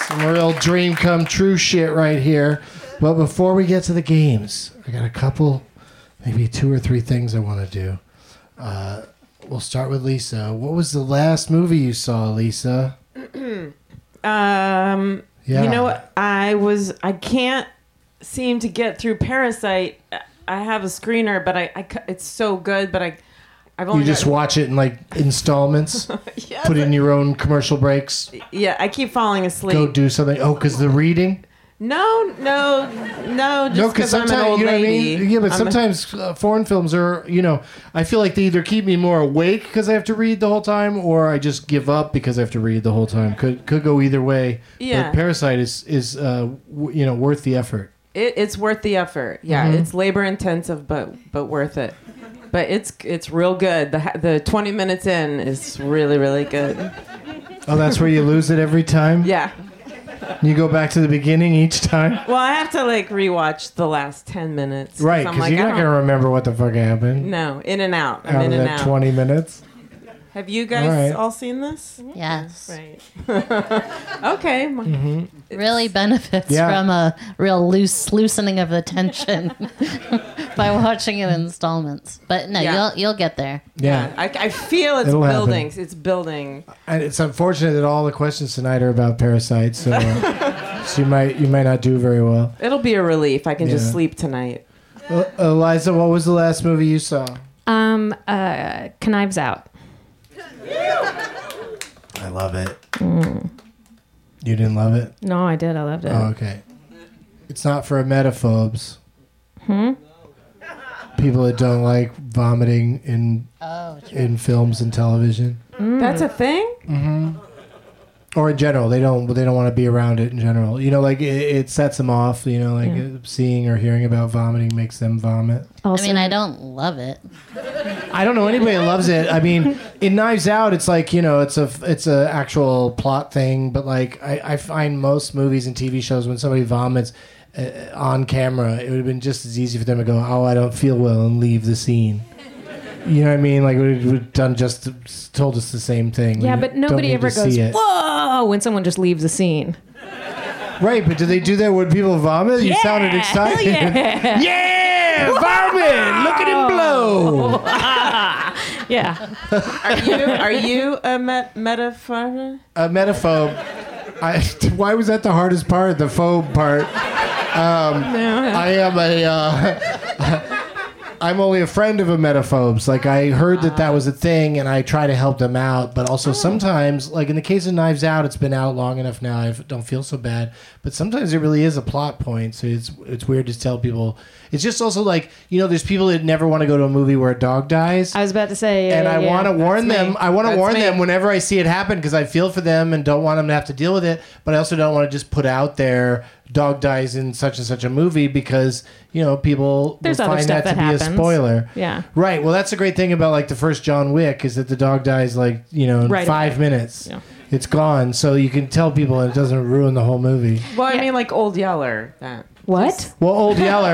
S3: Some real dream come true shit right here. But before we get to the games, I got a couple, maybe two or three things I want to do. We'll start with Lisa. What was the last movie you saw, Lisa?
S6: Um,
S3: Yeah.
S6: You know what? I was. I can't seem to get through Parasite. I have a screener, but I. I cou- it's so good, but I. I've only
S3: You just
S6: got-
S3: watch it in like
S6: [LAUGHS]
S3: installments, put in your own commercial breaks,
S6: yeah. I keep falling asleep.
S3: go do something. Oh, because the reading?
S6: No, no, no. Just
S3: No, because
S6: because I'm an
S3: sometimes,
S6: old
S3: you know what I
S6: lady.
S3: mean? Yeah, but
S6: I'm-
S3: sometimes uh, foreign films are, you know, I feel like they either keep me more awake because I have to read the whole time or I just give up because I have to read the whole time. Could could go either way.
S6: Yeah.
S3: But Parasite is, is uh, w- you know, worth the effort.
S6: it, it's worth the effort. Yeah,
S3: Mm-hmm.
S6: it's labor intensive, but but worth it. But it's it's real good. The ha- the 20 minutes in is really really good.
S3: Oh, that's where you lose it every time?
S6: Yeah.
S3: You go back to the beginning each time?
S6: Well, I have to like rewatch the last 10 minutes. 'cause
S3: Right,
S6: I'm
S3: because
S6: like,
S3: you're
S6: I
S3: not
S6: don't-
S3: going to remember what the fuck happened
S6: No, in and out. I'm
S3: out
S6: in
S3: of
S6: and
S3: that
S6: out.
S3: 20 minutes.
S6: Have you guys
S3: All
S6: all,
S3: right.
S6: seen this?
S5: Yes.
S6: Right. [LAUGHS] okay.
S3: Mm-hmm.
S5: Really benefits
S3: Yeah.
S5: from a real loose loosening of the tension [LAUGHS] by watching it in installments. But no,
S6: Yeah.
S5: you'll you'll get there.
S3: Yeah.
S6: I, I feel it's
S3: It'll happen.
S6: building. It's building.
S3: And it's unfortunate that all the questions tonight are about parasites,
S6: [LAUGHS]
S3: so, uh, so you might you might not do very well.
S6: It'll be a relief. I can
S3: Yeah.
S6: just sleep tonight.
S3: El- Eliza, what was the last movie you saw?
S4: Um, uh, Knives Out.
S3: I love it. Mm. You didn't love it?
S4: No, I did. I loved it.
S3: Oh, okay. It's not for emetophobes. Hmm? People that don't like vomiting in
S5: Oh,
S3: in films and television.
S6: That's
S3: [LAUGHS]
S6: a thing?
S3: or in general they don't they don't want to be around it in general you know like it, it sets them off you know like uh, seeing or hearing about vomiting makes them vomit
S4: Also,
S5: I mean, I don't love it.
S3: i don't know anybody that loves it i
S4: [LAUGHS]
S3: mean in knives out it's like you know it's a it's a actual plot thing but like i, I find most movies and tv shows when somebody vomits uh, on camera it would have been just as easy for them to go oh i don't feel well and leave the scene You know what I mean? Like we have done just told us the same thing.
S4: Yeah,
S3: We
S4: but
S3: don't
S4: nobody
S3: need
S4: ever
S3: to
S4: goes,
S3: see it.
S4: whoa, when someone just leaves the scene.
S3: Right, but do they do that when people vomit? You sounded excited. [LAUGHS]
S4: yeah. [LAUGHS]
S3: Yeah, vomit! Look at him blow.
S4: Yeah.
S6: Are you are you a met- metaphor?
S3: A metaphobe. I, [LAUGHS] why was that the hardest part? The phobe part. Um, I am a. Uh, [LAUGHS] I'm only a friend of a metaphobes. Like I heard that that was a thing, and I try to help them out. But also sometimes, like in the case of Knives Out, it's been out long enough now. I don't feel so bad. But sometimes it really is a plot point. So it's it's weird to tell people. It's just also like you know, there's people that never want to go to a movie where a dog dies.
S4: I was about to say.
S3: and I want to warn them. I want to warn
S6: me.
S3: them whenever I see it happen because I feel for them and don't want them to have to deal with it. But I also don't want to just put out there dog dies in such and such a movie because you know people
S4: There's
S3: will
S4: other
S3: find
S4: stuff
S3: that to
S4: that
S3: be a
S4: happens.
S3: spoiler.
S4: Yeah.
S3: Right. Well, that's the great thing about like the first John Wick is that the dog dies like you know in
S4: Right
S3: five
S4: away.
S3: minutes.
S4: Yeah.
S3: It's gone, so you can tell people, and it doesn't ruin the whole movie.
S6: Well, I mean like old Yeller. That.
S4: What?
S3: Well, Old
S4: [LAUGHS]
S3: Yeller.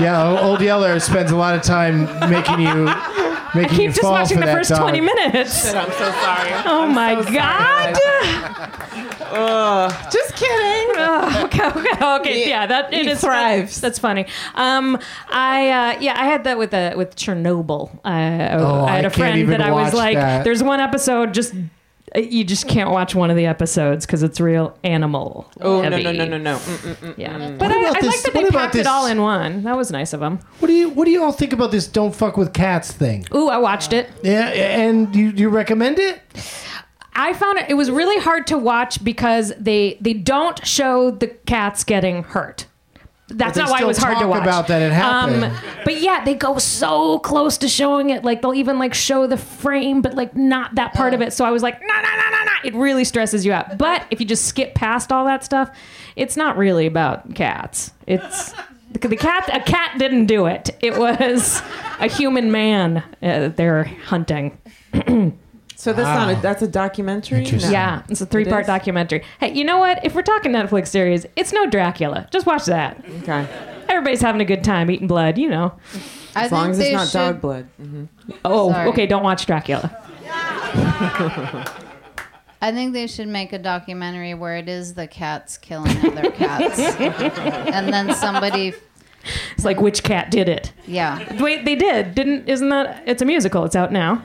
S3: yeah, Old Yeller spends a lot of time making you
S4: I
S3: making you
S4: keep just
S3: fall
S4: watching
S3: for
S4: the
S3: that
S4: first
S3: dog.
S4: 20 minutes.
S6: I'm so sorry.
S4: Oh my God. [LAUGHS]
S6: Just kidding.
S4: Ugh, Oh, okay, okay, okay. Yeah, that it
S6: He
S4: is
S6: thrives.
S4: That's funny. Um, I uh, yeah, I had that with uh, with Chernobyl. I,
S3: Oh,
S4: I
S3: I
S4: had a
S3: can't
S4: friend
S3: even
S4: that I was
S3: watch
S4: like,
S3: that.
S4: "There's one episode just." uh, You just can't watch one of the episodes because it's real animal.
S6: Oh no
S4: heavy.
S6: no no no no. Mm-mm-mm.
S4: Yeah, but I, I
S3: about
S4: like
S3: this-
S4: that they
S3: Mm. what about
S4: packed it
S3: this-
S4: all in one. That was nice of them.
S3: What do you What do you all think about this "don't fuck with cats" thing?
S4: Ooh, I watched it.
S3: Yeah, and you you recommend it?
S4: I found it, it was really hard to watch because they they don't show the cats getting hurt. That's
S3: they
S4: not why it
S3: still
S4: was hard to
S3: talk
S4: watch. Um,
S3: about that it happened.
S4: but yeah, they go so close to showing it. Like they'll even like show the frame, but like not that part of it. So I was like, no, no, no, no, no. It really stresses you out. But if you just skip past all that stuff, it's not really about cats. It's the cat. A cat didn't do it. It was a human man uh, they're hunting.
S6: So that's not
S3: Wow.
S6: a, that's a documentary.
S3: Interesting.
S6: No.
S4: Yeah, it's a three part
S6: is?
S4: documentary. Hey, you know what? If we're talking Netflix series, it's no Dracula. Just watch that.
S6: Okay.
S4: Everybody's having a good time eating blood, you know.
S7: I
S6: As long
S7: think
S6: as
S7: they
S6: it's not
S7: should,
S6: dog blood. Mhm.
S4: Oh,
S7: Sorry.
S4: okay, don't watch Dracula.
S7: I think they should make a documentary where it is the cats killing
S6: [LAUGHS]
S7: other cats, and then somebody,
S4: It's like which cat did it?
S7: yeah.
S4: Wait, they did. Didn't isn't that it's a musical. It's out now.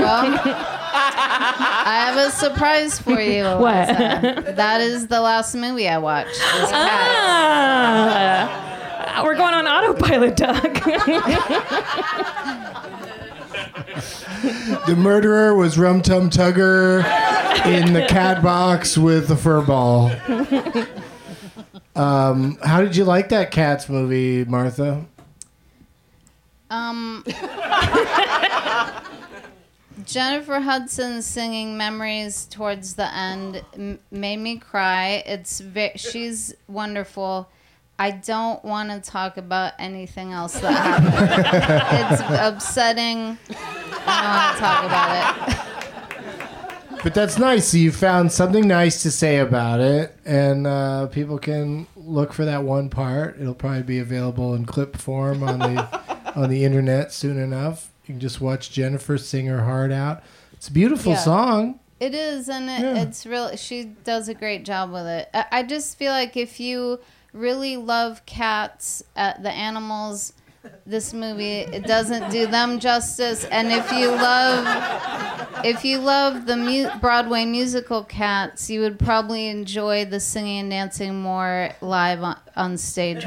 S7: I have a surprise for you.
S4: What?
S7: Eliza. That is the last movie I
S6: [LAUGHS]
S7: watched. was Cats.
S4: Ah, we're going on autopilot, Doug.
S3: The murderer was Rum Tum Tugger in the cat box with the fur [LAUGHS] ball. Um, how did you like that cats movie, Martha?
S7: Um, Jennifer Hudson singing "Memories" towards the end m- made me cry. It's ve- she's wonderful. I don't want to talk about anything else that happened. it's upsetting. I don't want to talk about it.
S3: But that's nice. You found something nice to say about it, and uh, people can look for that one part. It'll probably be available in clip form on
S7: [LAUGHS]
S3: the on the internet soon enough. You can just watch Jennifer sing her heart out. It's a beautiful
S7: Yeah.
S3: song.
S7: It is, and it,
S3: Yeah.
S7: it's real. She does a great job with it. I, I just feel like if you really love cats, uh, the animals, this movie it doesn't do them justice. And if you love, if you love the mu- Broadway musical Cats, you would probably enjoy the singing and dancing more live on, on stage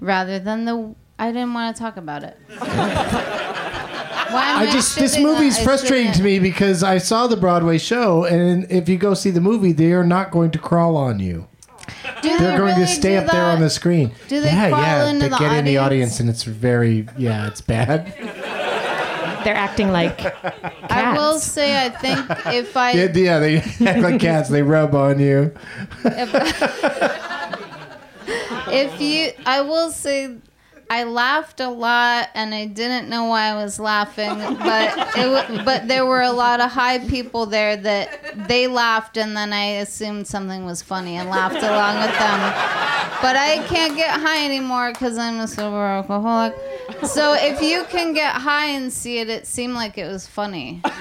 S7: rather than the. I didn't want to talk about it. Why am
S3: I just this
S7: shitting on-
S3: movie's
S7: I
S3: frustrating to
S7: shouldn't-
S3: me because I saw the Broadway show, and if you go see the movie, they are not going to crawl on you.
S7: Do
S3: They're
S7: they
S3: going
S7: Oh, really
S3: to stay
S7: do
S3: up there on
S7: that?
S3: the screen.
S7: Do they
S3: yeah,
S7: crawl
S3: yeah,
S7: into
S3: they
S7: the
S3: get in the
S7: audience?
S3: audience, and it's very yeah, it's
S7: [LAUGHS]
S3: bad.
S4: they're acting like cats.
S7: I will say, I think if I
S3: Yeah, yeah, they [LAUGHS] act like cats. They rub on you.
S7: if you i will say i laughed a lot and i didn't know why i was laughing but it wa- but there were a lot of high people there that they laughed and then i assumed something was funny and laughed along with them but i can't get high anymore because i'm a sober alcoholic So if you can get high and see it, it seemed like it was funny. So.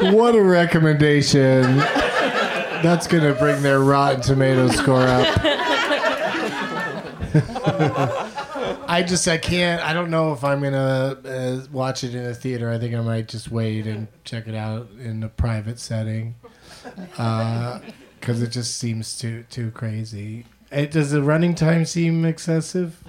S3: What a recommendation. That's going to bring their Rotten Tomato score up. [LAUGHS] I just, I can't, I don't know if I'm going to uh, watch it in a theater. I think I might just wait and check it out in a private setting. Because it just seems too too crazy. It, does the running time seem excessive?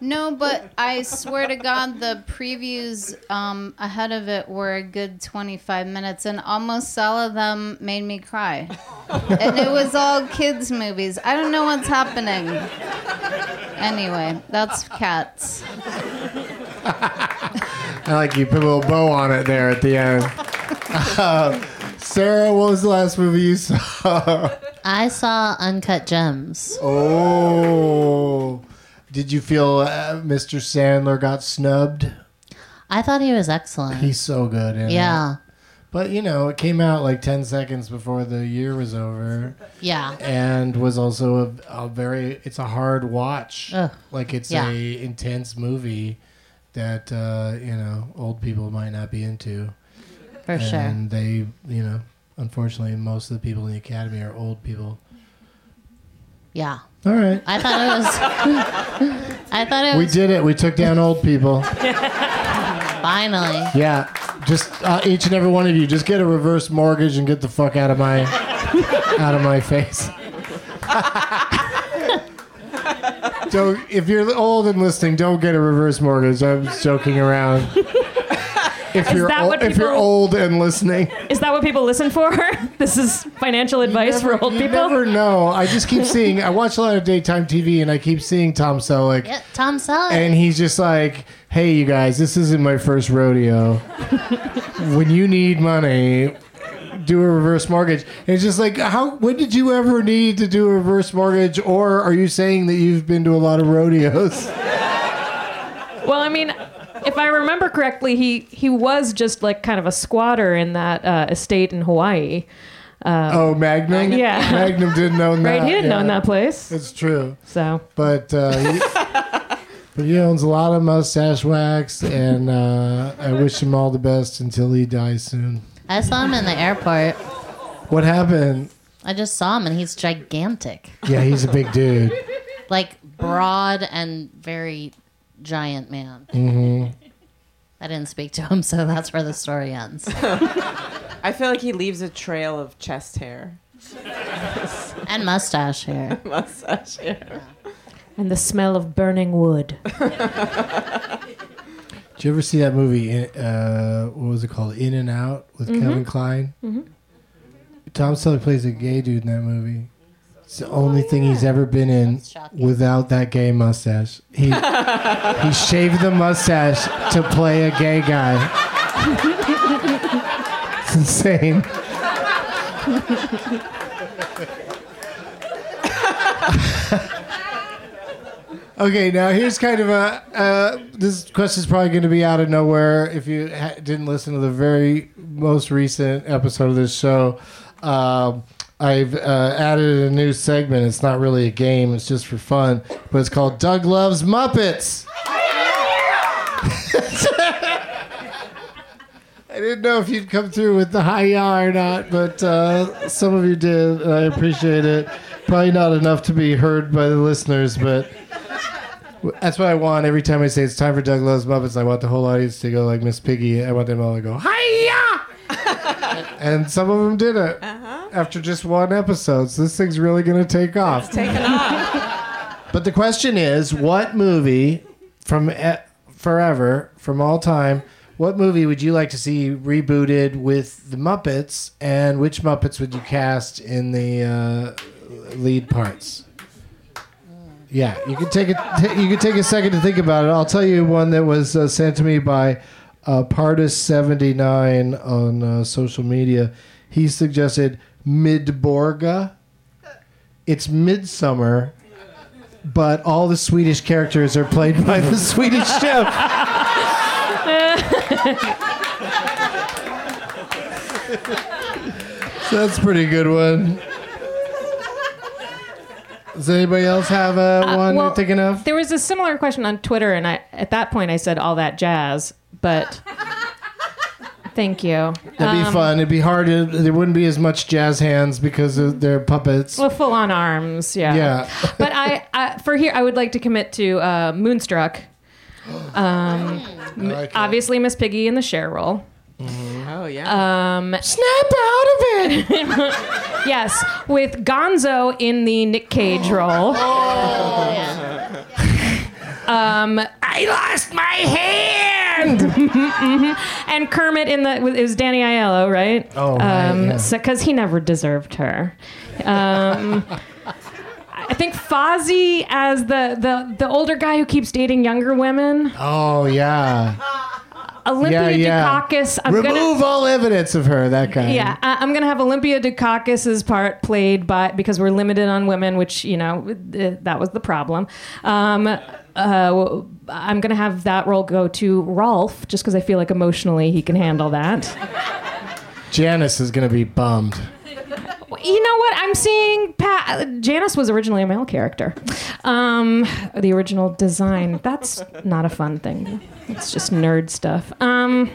S7: No, but I swear to God, the previews um, ahead of it were a good 25 minutes, and almost all of them made me cry. and it was all kids' movies. I don't know what's happening. Anyway, that's cats.
S3: I like you put a little bow on it there at the end. Uh, Sarah, what was the last movie you saw? [LAUGHS]
S5: I saw Uncut Gems.
S3: Oh, did you feel uh, Mr. Sandler got snubbed?
S5: I thought he was excellent.
S3: He's so good. In it.
S5: yeah.
S3: But you know, it came out like ten seconds before the year was over,
S5: Yeah.
S3: and was also a, a very. It's a hard watch.
S5: Ugh.
S3: Like it's
S5: Yeah.
S3: a intense movie that uh, you know old people might not be into.
S5: For sure.
S3: And they, you know, unfortunately, most of the people in the academy are old people.
S5: Yeah.
S3: All right.
S5: I thought it was. I thought it
S3: We
S5: was [LAUGHS]
S3: did it. We took down old
S4: [LAUGHS]
S3: people.
S5: finally.
S3: Yeah. Just uh, each and every one of you, just get a reverse mortgage and get the fuck out of my out of my face. [LAUGHS] so if you're old and listening, don't get a reverse mortgage. I'm just joking around. If you're
S4: that
S3: ol-
S4: what
S3: if you're
S4: people-
S3: old and listening,
S4: Is that what people listen for? [LAUGHS] this is financial advice for old
S3: you
S4: people.
S3: never know. I just keep seeing. I watch a lot of daytime TV, and I keep seeing Tom Selleck.
S5: Yeah, Tom Selleck.
S3: and he's just like, "Hey, you guys, this isn't my first rodeo. when you need money, do a reverse mortgage." And it's just like, how? When did you ever need to do a reverse mortgage? Or are you saying that you've been to a lot of
S4: [LAUGHS]
S3: rodeos?
S4: Well, I mean, if I remember correctly, he he was just like kind of a squatter in that uh, estate in Hawaii.
S3: oh, Magnum.
S4: Yeah.
S3: Magnum didn't own that.
S4: Right? he didn't
S3: Uh, yeah.
S4: own that place.
S3: It's true,
S4: So
S3: but. Uh, he, But he owns a lot of mustache wax, and uh, I wish him all the best until he dies soon.
S5: I saw him in the airport.
S3: What happened?
S5: I just saw him, and he's gigantic,
S3: Yeah, he's a big dude.
S5: like broad and very giant man. Mm-hmm. I didn't speak to him, so that's where the story ends.
S6: I feel like he leaves a trail of chest hair, [LAUGHS]
S5: And mustache hair.
S6: mustache hair.
S4: and the smell of burning wood.
S3: Did you ever see that movie? In- Uh, what was it called? In and Out with Kevin Klein. Tom Selleck plays a gay dude in that movie. It's the only thing he's ever been in
S5: shocking.
S3: without that gay mustache. He he shaved the mustache to play a gay guy. [LAUGHS] it's insane. Okay, now here's kind of a. Uh, this question is probably going to be out of nowhere if you ha- didn't listen to the very most recent episode of this show. Um, I've uh, added a new segment. It's not really a game, it's just for fun, but it's called Doug Loves Muppets. [LAUGHS] I didn't know if you'd come through with the high ya or not, but uh, some of you did, and I appreciate it. Probably not enough to be heard by the listeners, but. That's what I want every time I say it's time for Doug Loves Muppets. I want the whole audience to go like Miss Piggy. I want them all to go hiya, and some of them did it after just one episode. So this thing's really going to take off.
S6: Taking off.
S3: [LAUGHS] But the question is, what movie from e- forever, from all time, what movie would you like to see rebooted with the Muppets, and which Muppets would you cast in the uh, lead parts? Yeah, you can take a t- you can take a second to think about it. I'll tell you one that was uh, sent to me by uh, Partis seventy nine on uh, social media. He suggested Midborga. It's Midsummer, but all the Swedish characters are played by the Swedish [LAUGHS] chef. so that's a pretty good one. Does anybody else have a
S4: Uh,
S3: one
S4: well,
S3: you're thinking of?
S4: There was a similar question on Twitter, and I at that point I said all that jazz, [LAUGHS] but thank you.
S3: That'd be
S4: Um,
S3: fun. It'd be hard. To, there wouldn't be as much jazz hands because of their puppets.
S4: Well, full on arms, yeah.
S3: yeah.
S4: but I, I for here I would like to commit to uh, Moonstruck. Um,
S3: Mm. I like it. Mm-hmm.
S4: obviously Miss Piggy in the share role.
S6: Oh yeah.
S4: Um,
S3: Snap out of it.
S4: [LAUGHS] yes, with Gonzo in the Nick Cage role.
S3: Oh,
S4: [LAUGHS] um, I lost my hand. Mhm. [LAUGHS] And Kermit in the it was Danny Aiello, right?
S3: Oh, right,
S4: um,
S3: yeah.
S4: because he never deserved her. Um, I think Fozzie as the, the the older guy who keeps dating younger women.
S3: Oh yeah.
S4: Olympia
S3: yeah.
S4: Dukakis. I'm
S3: Remove
S4: gonna,
S3: all evidence of her. That guy.
S4: yeah, I, I'm gonna have Olympia Dukakis's part played by because we're limited on women, which you know uh, that was the problem. Um, uh, I'm gonna have that role go to Rolf just because I feel like emotionally he can handle that.
S3: Janice is gonna be bummed.
S4: You know what? I'm seeing pa- Janice was originally a male character, um, the original design. That's not a fun thing. It's just nerd stuff. Um,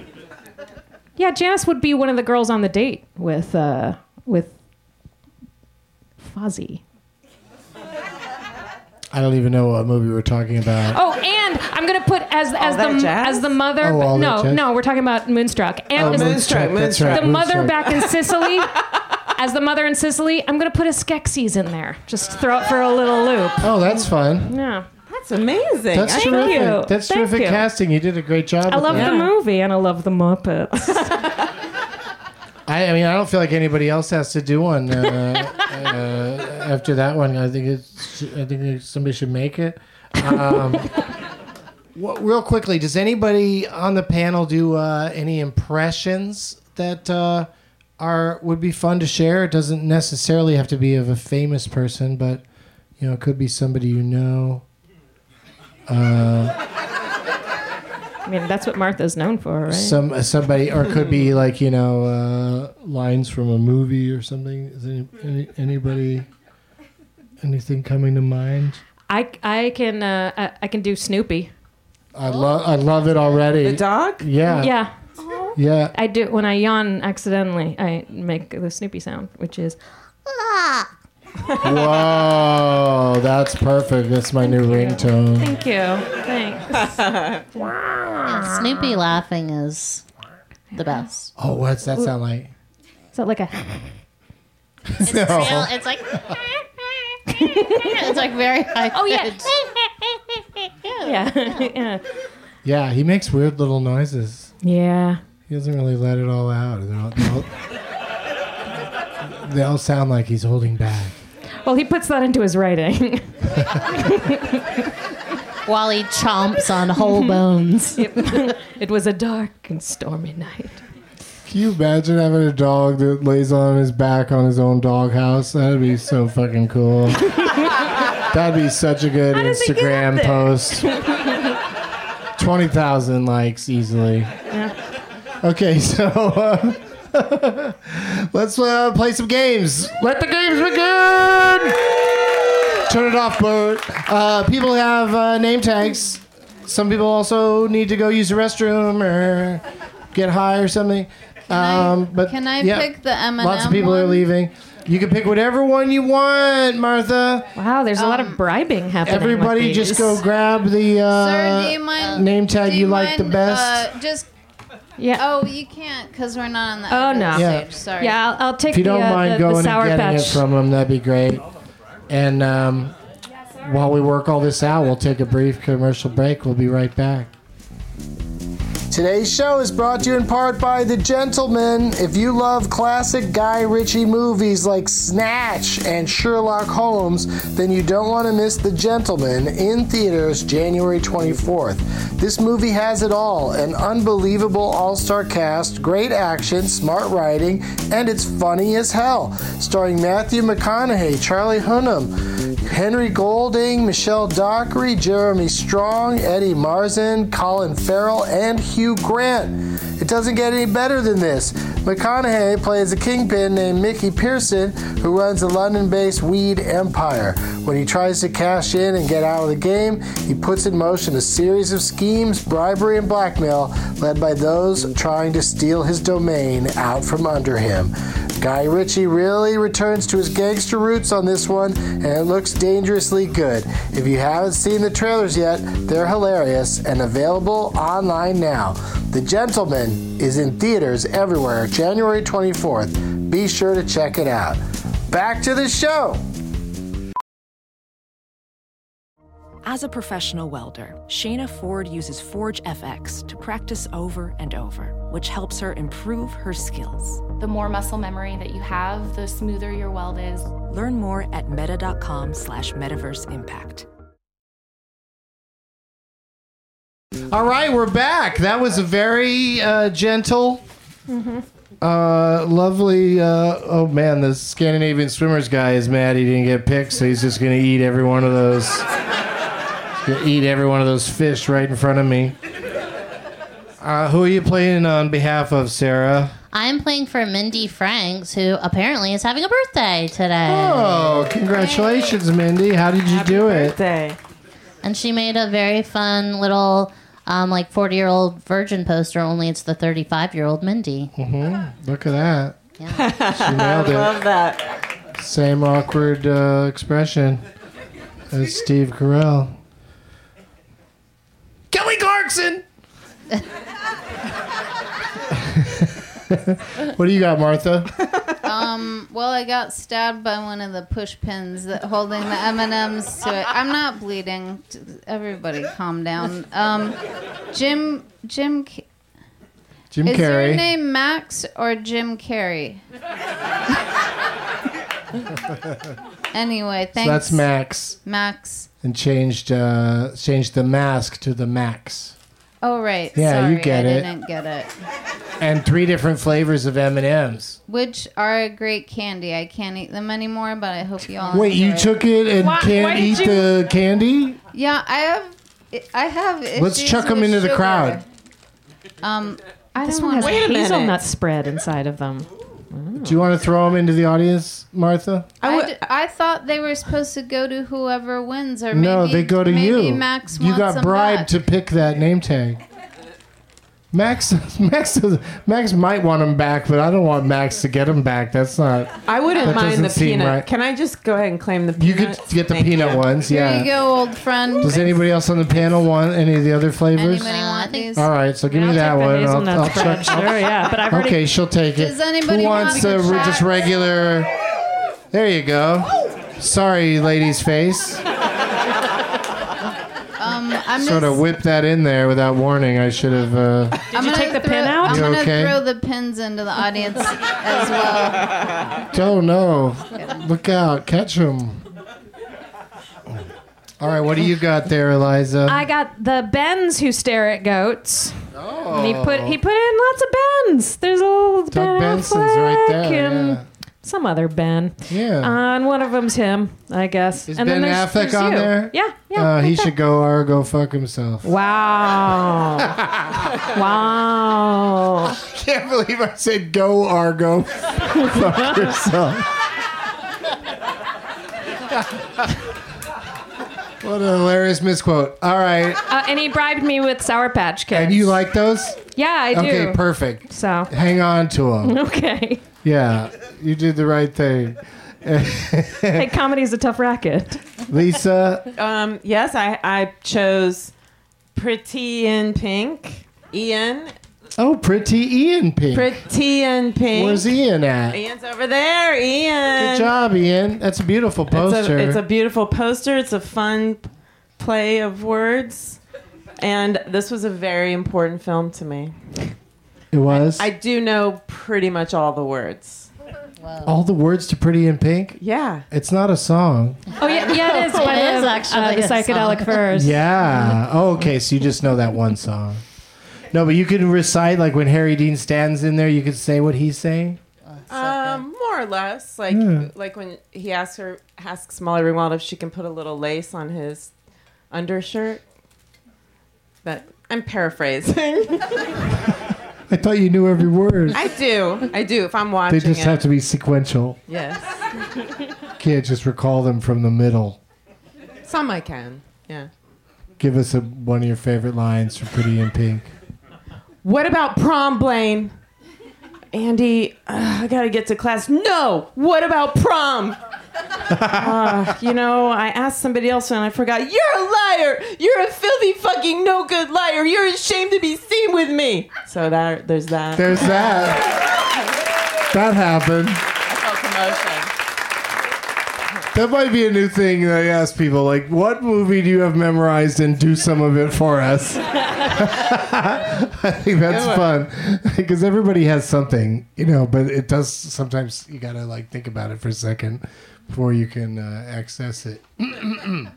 S4: yeah, Janice would be one of the girls on the date with uh, with Fozzie.
S3: I don't even know what movie we're talking about.
S4: Oh, and I'm gonna put as as
S6: That
S4: the
S6: Jazz?
S4: as the mother.
S3: Oh, All
S4: no,
S3: That Jazz? Oh,
S4: no, we're talking about Moonstruck and as
S6: Moonstruck,
S3: Uh, That's
S6: Moonstruck.
S3: right,
S4: Oh, the mother
S3: Moonstruck.
S4: back
S3: [LAUGHS]
S4: in Sicily. As the mother in Sicily, I'm gonna put a Skeksis in there. Just throw it for a little loop.
S3: Oh, that's fun.
S4: Yeah.
S6: That's amazing.
S3: That's
S6: I-
S3: terrific.
S4: you.
S3: That's
S4: Thank
S3: terrific
S4: you.
S3: casting. You did a great job.
S4: I
S3: with
S4: love
S3: that.
S4: the movie and I love the Muppets.
S3: I, I mean, I don't feel like anybody else has to do one uh, uh, after that one. I think it's. I think it's- somebody should make it. Um, [LAUGHS] what, real quickly, does anybody on the panel do uh, any impressions that uh, are would be fun to share? It doesn't necessarily have to be of a famous person, but you know, it could be somebody you know.
S4: [LAUGHS] I mean, that's what Martha's known for, right?
S3: Some uh, somebody, or it could
S4: [LAUGHS]
S3: be like you know uh, lines from a movie or something. Is any, any, anybody anything coming to mind?
S4: I, I can uh, I, I can do Snoopy.
S3: I love I love it already.
S6: the dog.
S3: yeah, yeah,
S4: yeah, I do. When I yawn accidentally, I make the Snoopy sound, which is
S3: Whoa, that's perfect. That's my new ringtone.
S4: thank you, thanks.
S5: Snoopy laughing is the best.
S3: Oh, what's that sound like?
S4: Is that [LAUGHS] like a?
S5: It's,
S3: No.
S5: real- it's like it's like very high.
S4: Oh yeah,
S5: pitched.
S4: yeah, [LAUGHS] yeah.
S3: [LAUGHS] Yeah, he makes weird little noises.
S4: yeah.
S3: He doesn't really let it all out. They're all, they all,
S4: [LAUGHS]
S3: they all sound like he's holding back.
S4: Well, he puts that into his writing. [LAUGHS]
S5: While he chomps on whole bones.
S4: it was a dark and stormy night.
S3: Can you imagine having a dog that lays on his back on his own doghouse? That'd be so fucking cool. That'd be such a good
S4: does it get up
S3: Instagram
S4: there? [LAUGHS]
S3: post. 20,000 likes easily. Okay, [LAUGHS] so uh, [LAUGHS] let's uh, play some games. Let the games begin! Turn it off, Bert. Uh, people have uh, name tags. Some people also need to go use the restroom or get high or something. um, but
S7: Can I
S3: yeah,
S7: pick the M&M
S3: Lots of people are
S7: one?
S3: leaving. You can pick whatever one you want, Martha.
S4: Wow, there's a lot of bribing happening. with
S3: Everybody,
S4: these.
S3: just go grab the
S7: Sir, do
S3: uh,
S7: you mind?
S3: name tag
S7: do
S3: you, like the
S7: mind,
S3: best.
S7: Uh, just
S4: Yeah.
S7: oh, you can't because we're not on the.
S4: Oh,
S7: other
S4: no.
S7: stage,
S3: Yeah.
S7: Sorry.
S4: Yeah, I'll, I'll take
S3: if you
S4: the,
S3: don't
S4: uh,
S3: mind
S4: the, the
S3: going
S4: sour
S3: and getting
S4: patch.
S3: it from them, that'd be great. And um, while we work all this out, we'll take a brief commercial break. We'll be right back. Today's show is brought to you in part by The Gentleman. If you love classic Guy Ritchie movies like Snatch and Sherlock Holmes, then you don't want to miss The Gentleman in theaters January 24th. This movie has it all an unbelievable all star cast, great action, smart writing, and it's funny as hell. Starring Matthew McConaughey, Charlie Hunnam, Henry Golding, Michelle Dockery, Jeremy Strong, Eddie Marzen, Colin Farrell, and Hugh Grant. It doesn't get any better than this. McConaughey plays a kingpin named Mickey Pearson who runs a London based weed empire. When he tries to cash in and get out of the game, he puts in motion a series of schemes, bribery, and blackmail led by those trying to steal his domain out from under him. Guy Ritchie really returns to his gangster roots on this one, and it looks dangerously good. If you haven't seen the trailers yet, they're hilarious and available online now. The Gentleman is in theaters everywhere January 24th. Be sure to check it out. Back to the show.
S8: As a professional welder, Shayna Ford uses Forge FX to practice over and over, which helps her improve her skills.
S9: The more muscle memory that you have, the smoother your weld is.
S8: Learn more at meta.com slash metaverse impact.
S3: All right, we're back. That was a very uh, gentle, uh, lovely. Uh, oh man, the Scandinavian swimmers guy is mad he didn't get picked, so he's just gonna eat every one of those. he's gonna eat every one of those fish right in front of me. Uh, who are you playing on behalf of, Sarah?
S5: I'm playing for Mindy Franks, who apparently is having a birthday today.
S3: Oh, congratulations, Mindy. How did you do
S6: Birthday.
S5: And she made a very fun little, um, like 40 year old virgin poster, only it's the 35 year old Mindy.
S3: it? Look at that. she
S6: [LAUGHS]
S3: nailed it.
S6: Love that.
S3: Same awkward uh, expression as Steve Carell. Kelly Clarkson. [LAUGHS] what do you got, Martha?
S7: Well, I got stabbed by one of the push pins that holding the M and M's to it. I'm not bleeding. Everybody, calm down. Um, Jim, Jim, Ca-
S3: Jim
S7: is your
S3: Carrey.
S7: name Max or
S3: [LAUGHS]
S7: Jim Carrey? anyway,
S3: So
S7: thanks.
S3: that's Max,
S7: Max.
S3: and changed uh, changed the mask to the Max,
S7: Oh right.
S3: Yeah,
S7: Sorry,
S3: you get
S7: I
S3: it.
S7: didn't get it.
S3: and three different flavors of M and M's.
S7: Which are a great candy. I can't eat them anymore, but I hope you all.
S3: Wait, you
S7: enjoy it.
S3: took it and
S4: Why-
S3: can't
S4: why did
S3: eat
S4: you-
S3: the candy?
S7: Yeah, I have. I have. Issues
S3: Let's chuck them
S7: with
S3: into the
S7: sugar.
S3: crowd.
S7: Um, I
S4: This
S7: don't
S4: one has
S7: want to.
S6: a minute.
S4: hazelnut spread inside of them.
S3: Do you want to throw them into the audience, Martha?
S7: I,
S6: would-
S7: d- I thought they were supposed to go to whoever wins, or
S3: no,
S7: maybe,
S3: they go to
S7: maybe
S3: you.
S7: Max
S3: you
S7: wants
S3: got
S7: them
S3: bribed
S7: back.
S3: to pick that name tag. Max, [LAUGHS] Max, does- Max might want him back, but I don't want Max to get him back. That's not.
S6: I wouldn't
S3: That doesn't
S6: mind the
S3: seem
S6: peanut.
S3: right.
S6: Can I just go ahead and claim the
S3: You
S6: peanut?
S3: could get the peanut ones.
S7: Here
S3: Yeah.
S7: you go, old friend.
S3: Does anybody else on the panel want any of the other flavors?
S7: Anybody
S5: Uh, I
S7: want
S5: think-
S7: these?
S3: All right, so give
S4: I'll
S3: me that
S4: take
S3: one.
S4: The
S3: I'll-
S4: hazelnut
S3: I'll
S4: spread.
S3: check-
S4: Sure, yeah, but I've already
S3: Okay, she'll take it.
S7: Does anybody
S3: Who
S7: want
S3: wants the
S7: the
S3: re- just
S7: shots?
S3: regular? There you go. Sorry, lady's face.
S7: Um, I'm
S3: Sort
S7: gonna,
S3: of whip that in there without warning. I should have. Uh,
S7: I'm
S4: you
S7: gonna
S4: take the
S7: throw,
S4: pin out?
S7: I'm
S3: You
S7: gonna
S3: okay?
S7: throw the pins into
S4: [LAUGHS]
S7: the audience as well.
S3: Don't know. Look out. Catch him. All right, what do you got there, Eliza?
S4: I got the bends who stare at goats. And he put he put in lots of bends. There's old
S3: Doug
S4: Ben
S3: Benson's
S4: Affleck
S3: right there.
S4: and
S3: Yeah.
S4: some other Ben.
S3: Yeah.
S4: Uh, and one of them's him, I guess.
S3: Is
S4: and
S3: Ben
S4: there's-
S3: Affleck
S4: there's
S3: on
S4: you.
S3: there?
S4: Yeah, yeah.
S3: Uh,
S4: right
S3: he [LAUGHS]
S4: there.
S3: should go or go fuck himself.
S4: Wow. wow.
S3: I can't believe I said go or go [LAUGHS] fuck yourself. what a hilarious misquote. All right.
S4: Uh, and he bribed me with Sour Patch Kids.
S3: And you like those?
S4: Yeah, I do.
S3: Okay, perfect. [LAUGHS]
S4: so,
S3: Hang on to them.
S4: okay.
S3: Yeah, you did the right thing. [LAUGHS]
S4: hey, comedy's a tough racket.
S3: Lisa,
S6: Um, yes, I, I chose Pretty in Pink. Ian.
S3: oh, pretty Ian Pink.
S6: Pretty in Pink.
S3: Where's Ian at?
S6: Ian's over there. Ian.
S3: Good job, Ian. That's a beautiful
S6: It's
S3: poster.
S6: a, it's a beautiful poster. It's a fun p- play of words. And this was a very important film to me.
S3: it was.
S6: I do know pretty much all the words.
S3: All the words to Pretty in Pink.
S6: Yeah.
S3: It's not a song.
S4: Oh, yeah, yeah it
S6: [LAUGHS]
S4: is. By
S5: is
S4: the,
S5: actually
S4: uh, the
S5: a
S4: psychedelic
S5: song.
S4: furs.
S3: Yeah. Oh, okay. So you just know that one song. No, but you can recite like when Harry Dean stands in there. You could say what he's saying.
S6: Um, more or less, like
S3: Hmm.
S6: like when he asks her asks Molly Ringwald if she can put a little lace on his undershirt. But I'm paraphrasing.
S3: I thought you knew every word.
S6: [LAUGHS] I do. I do. If I'm watching
S3: they just
S6: it.
S3: have to be sequential.
S6: Yes.
S3: Can't just recall them from the middle.
S6: Some I can. Yeah.
S3: Give us a, one of your favorite lines from Pretty in Pink.
S6: What about prom, Blaine? Andy, uh, I gotta get to class. No! What about prom? [LAUGHS] Uh, you know, I asked somebody else and I forgot. You're a liar! You're a filthy fucking no good liar! You're ashamed to be seen with me! So that, there's that.
S3: There's that. That happened. That might be a new thing that I ask people. Like, what movie do you have memorized and do some of it for us? [LAUGHS] I think that's
S2: Good
S3: fun [LAUGHS] because everybody has something, you know, but it does sometimes you got to like think about it for a second before you can uh, access it. [CLEARS THROAT]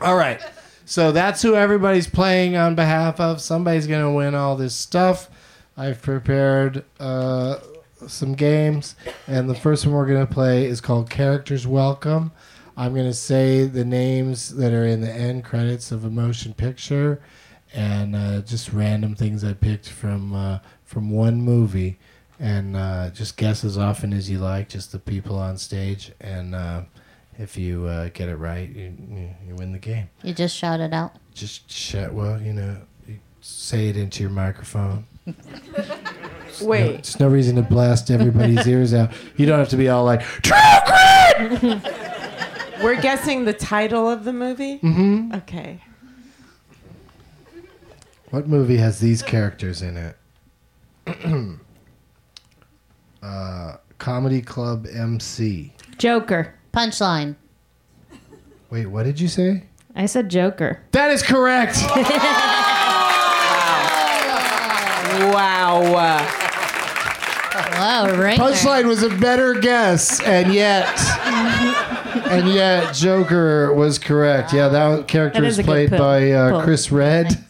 S3: All right. So that's who everybody's playing on behalf of. Somebody's going to win all this stuff. I've prepared uh, some games, and the first one we're going to play is called Characters Welcome. I'm going to say the names that are in the end credits of a motion picture and uh, just random things I picked from, uh, from one movie. And uh, just guess as often as you like, just the people on stage. And uh, if you uh, get it right, you, you, you win the game
S5: You just shout it out.
S3: just shut. Well, you know, you say it into your microphone. Just no-
S6: Wait.
S3: there's no reason to
S2: [LAUGHS]
S3: blast everybody's ears out. You don't have to be all like, "True crime!"
S6: We're guessing the title of the movie?
S3: Mhm.
S6: Okay.
S3: "What movie has these characters in it?" [CLEARS THROAT] uh, Comedy Club MC.
S4: Joker.
S5: Punchline.
S3: Wait, what did you say?
S4: I said Joker.
S3: That
S2: [LAUGHS]
S3: is correct.
S6: Wow.
S5: Wow, right.
S3: Punchline was a better guess,
S2: [LAUGHS]
S3: and yet, and yet, Joker was correct. Yeah, that character
S2: That
S3: was
S2: is a good
S3: played
S2: pull.
S3: by
S2: Pull.
S3: uh, Chris Red.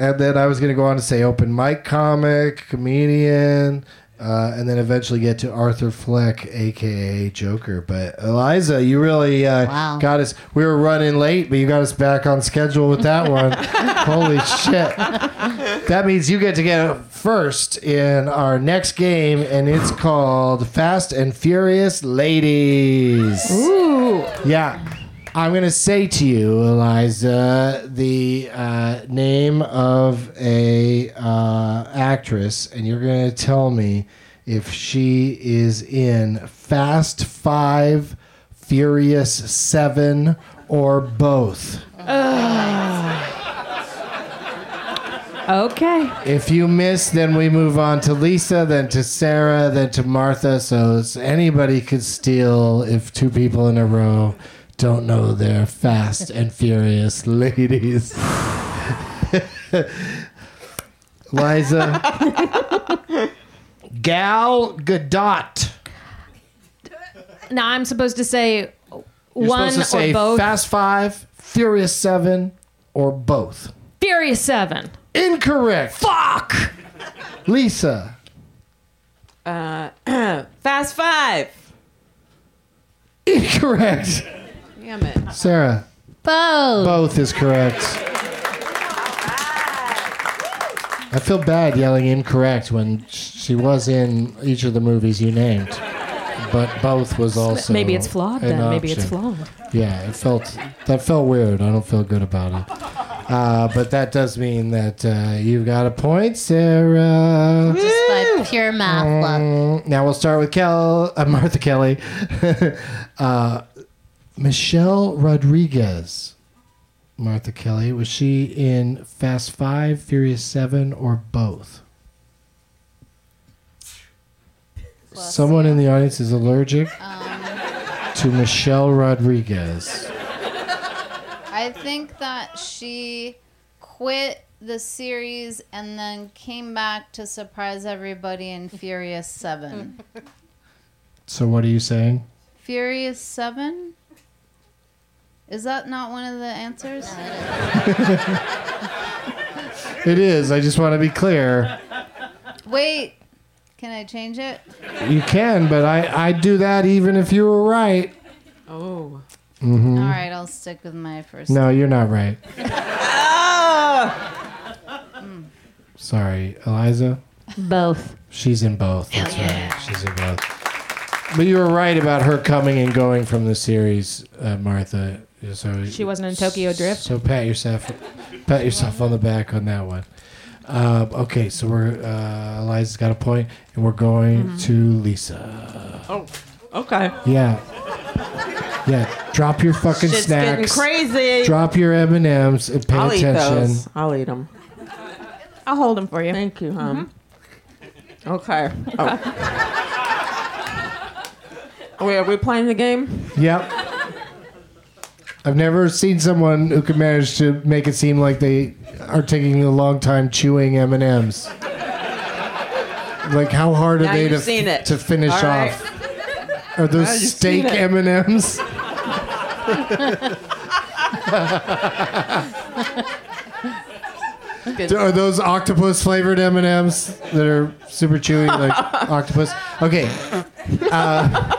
S3: and then I was going to go on to say open mic comic, comedian, uh, and then eventually get to Arthur Fleck, aka Joker. But Eliza, you really uh, got us. We were running late, but you got us back on schedule with that one. Holy shit! That means you get to get first in our next game, and it's called Fast and Furious Ladies. Ooh. Yeah. I'm going to say to you, Eliza, the uh, name of a uh, actress, and you're going to tell me if she is in Fast Five, Furious Seven, or both.
S4: Okay.
S3: If you miss, then we move on to Lisa, then to Sarah, then to Martha. So it's- anybody could steal if two people in a row don't know they're fast and furious [LAUGHS] ladies. Liza. Gal Gadot.
S4: Now I'm supposed to say
S3: You're
S4: one
S3: supposed to say
S4: or both.
S3: Fast Five, Furious Seven, or both.
S4: Furious Seven.
S3: Incorrect.
S4: Fuck.
S3: Lisa.
S6: Uh, fast Five.
S3: [LAUGHS] Incorrect.
S6: Damn it.
S3: Sarah.
S5: Both.
S3: Both is correct. I feel bad yelling incorrect when sh- she was in each of the movies you named, but both was also
S4: Maybe it's flawed
S3: an
S4: then. Maybe it's
S3: option.
S4: flawed.
S3: Yeah, it felt that felt weird. I don't feel good about it. Uh, but that does mean that uh, you've got a point, Sarah.
S5: Just by pure math love.
S3: Mm, Now we'll start with Kel, uh, [LAUGHS] Martha Kelly, uh, Michelle Rodriguez. Martha Kelly was she in Fast Five, Furious Seven, or both? Someone in the audience is allergic to Michelle Rodriguez.
S7: I think that she quit the series and then came back to surprise everybody in Furious
S4: [LAUGHS]
S7: 7.
S3: So what are you saying?
S7: Furious 7? Is that not one of the answers?
S3: It is. I just want to be clear.
S7: Wait, can I change it?
S3: You can, but I I'd do that even if you were right.
S7: Oh.
S3: Mhm.
S7: All right, I'll stick with my first.
S3: No, you're not right.
S7: Ah!
S6: Ah!
S3: Sorry, Eliza.
S4: Both.
S3: She's in both. That's right. She's in both. But you were right about her coming and going from the series, uh, Martha. So
S4: She wasn't in Tokyo Drift?
S3: So pat yourself, pat yourself on the back on that one. Uh, okay, so we're uh, Eliza's got a point, and we're going
S6: Mm-hmm.
S3: to Lisa.
S6: Oh, okay.
S3: Yeah, yeah. Drop your fucking
S6: Shit's getting
S3: snacks.
S6: crazy.
S3: Drop your M and M's and pay
S6: I'll
S3: attention.
S6: eat those. I'll eat them.
S10: I'll hold them for you.
S6: Thank you, Mm-hmm. hum. Okay. Oh. Wait, are we playing the game?
S3: Yep. I've never seen someone who can manage to make it seem like they are taking a long time chewing M and M's. Like how hard are
S6: Now
S3: they
S6: you've
S3: to,
S6: seen it.
S3: to finish
S6: All right.
S3: off? Are those
S6: Now you've
S3: steak
S6: seen it.
S3: M and
S6: [LAUGHS]
S3: M's? [LAUGHS] Are those octopus flavored M and M's that are super chewy
S6: [LAUGHS]
S3: like octopus? Okay, uh,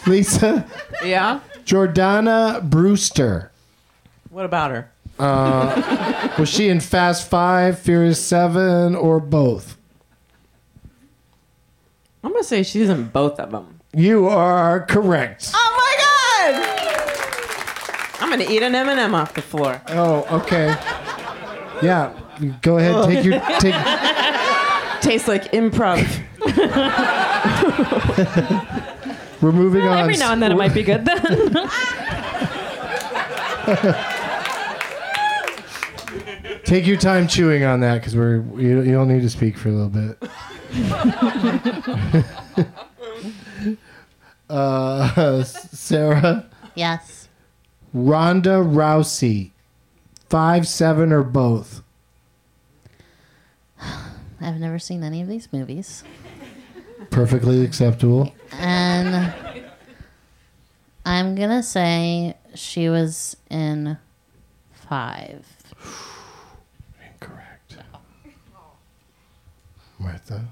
S3: [LAUGHS] Lisa
S6: Yeah.
S3: Jordana Brewster.
S6: What about her?
S3: Uh, was she in Fast Five, Furious Seven, or both?
S6: I'm gonna say she's in both of them.
S3: You are correct.
S6: Oh my god! I'm gonna eat an M&M off the floor.
S3: Oh, okay. Yeah, you go ahead.
S4: Oh.
S3: Take your take.
S6: Tastes like [LAUGHS] improv.
S3: We're moving on.
S4: Every now and then it might be good then.
S3: Take your time chewing on that because we're you, you don't need to speak for a little bit. [LAUGHS] uh, Sarah,
S5: Yes.
S3: Ronda Rousey, five seven or both.
S5: I've never seen any of these movies.
S3: Perfectly acceptable.
S5: And I'm going to say she was in five.
S3: [LAUGHS] Martha.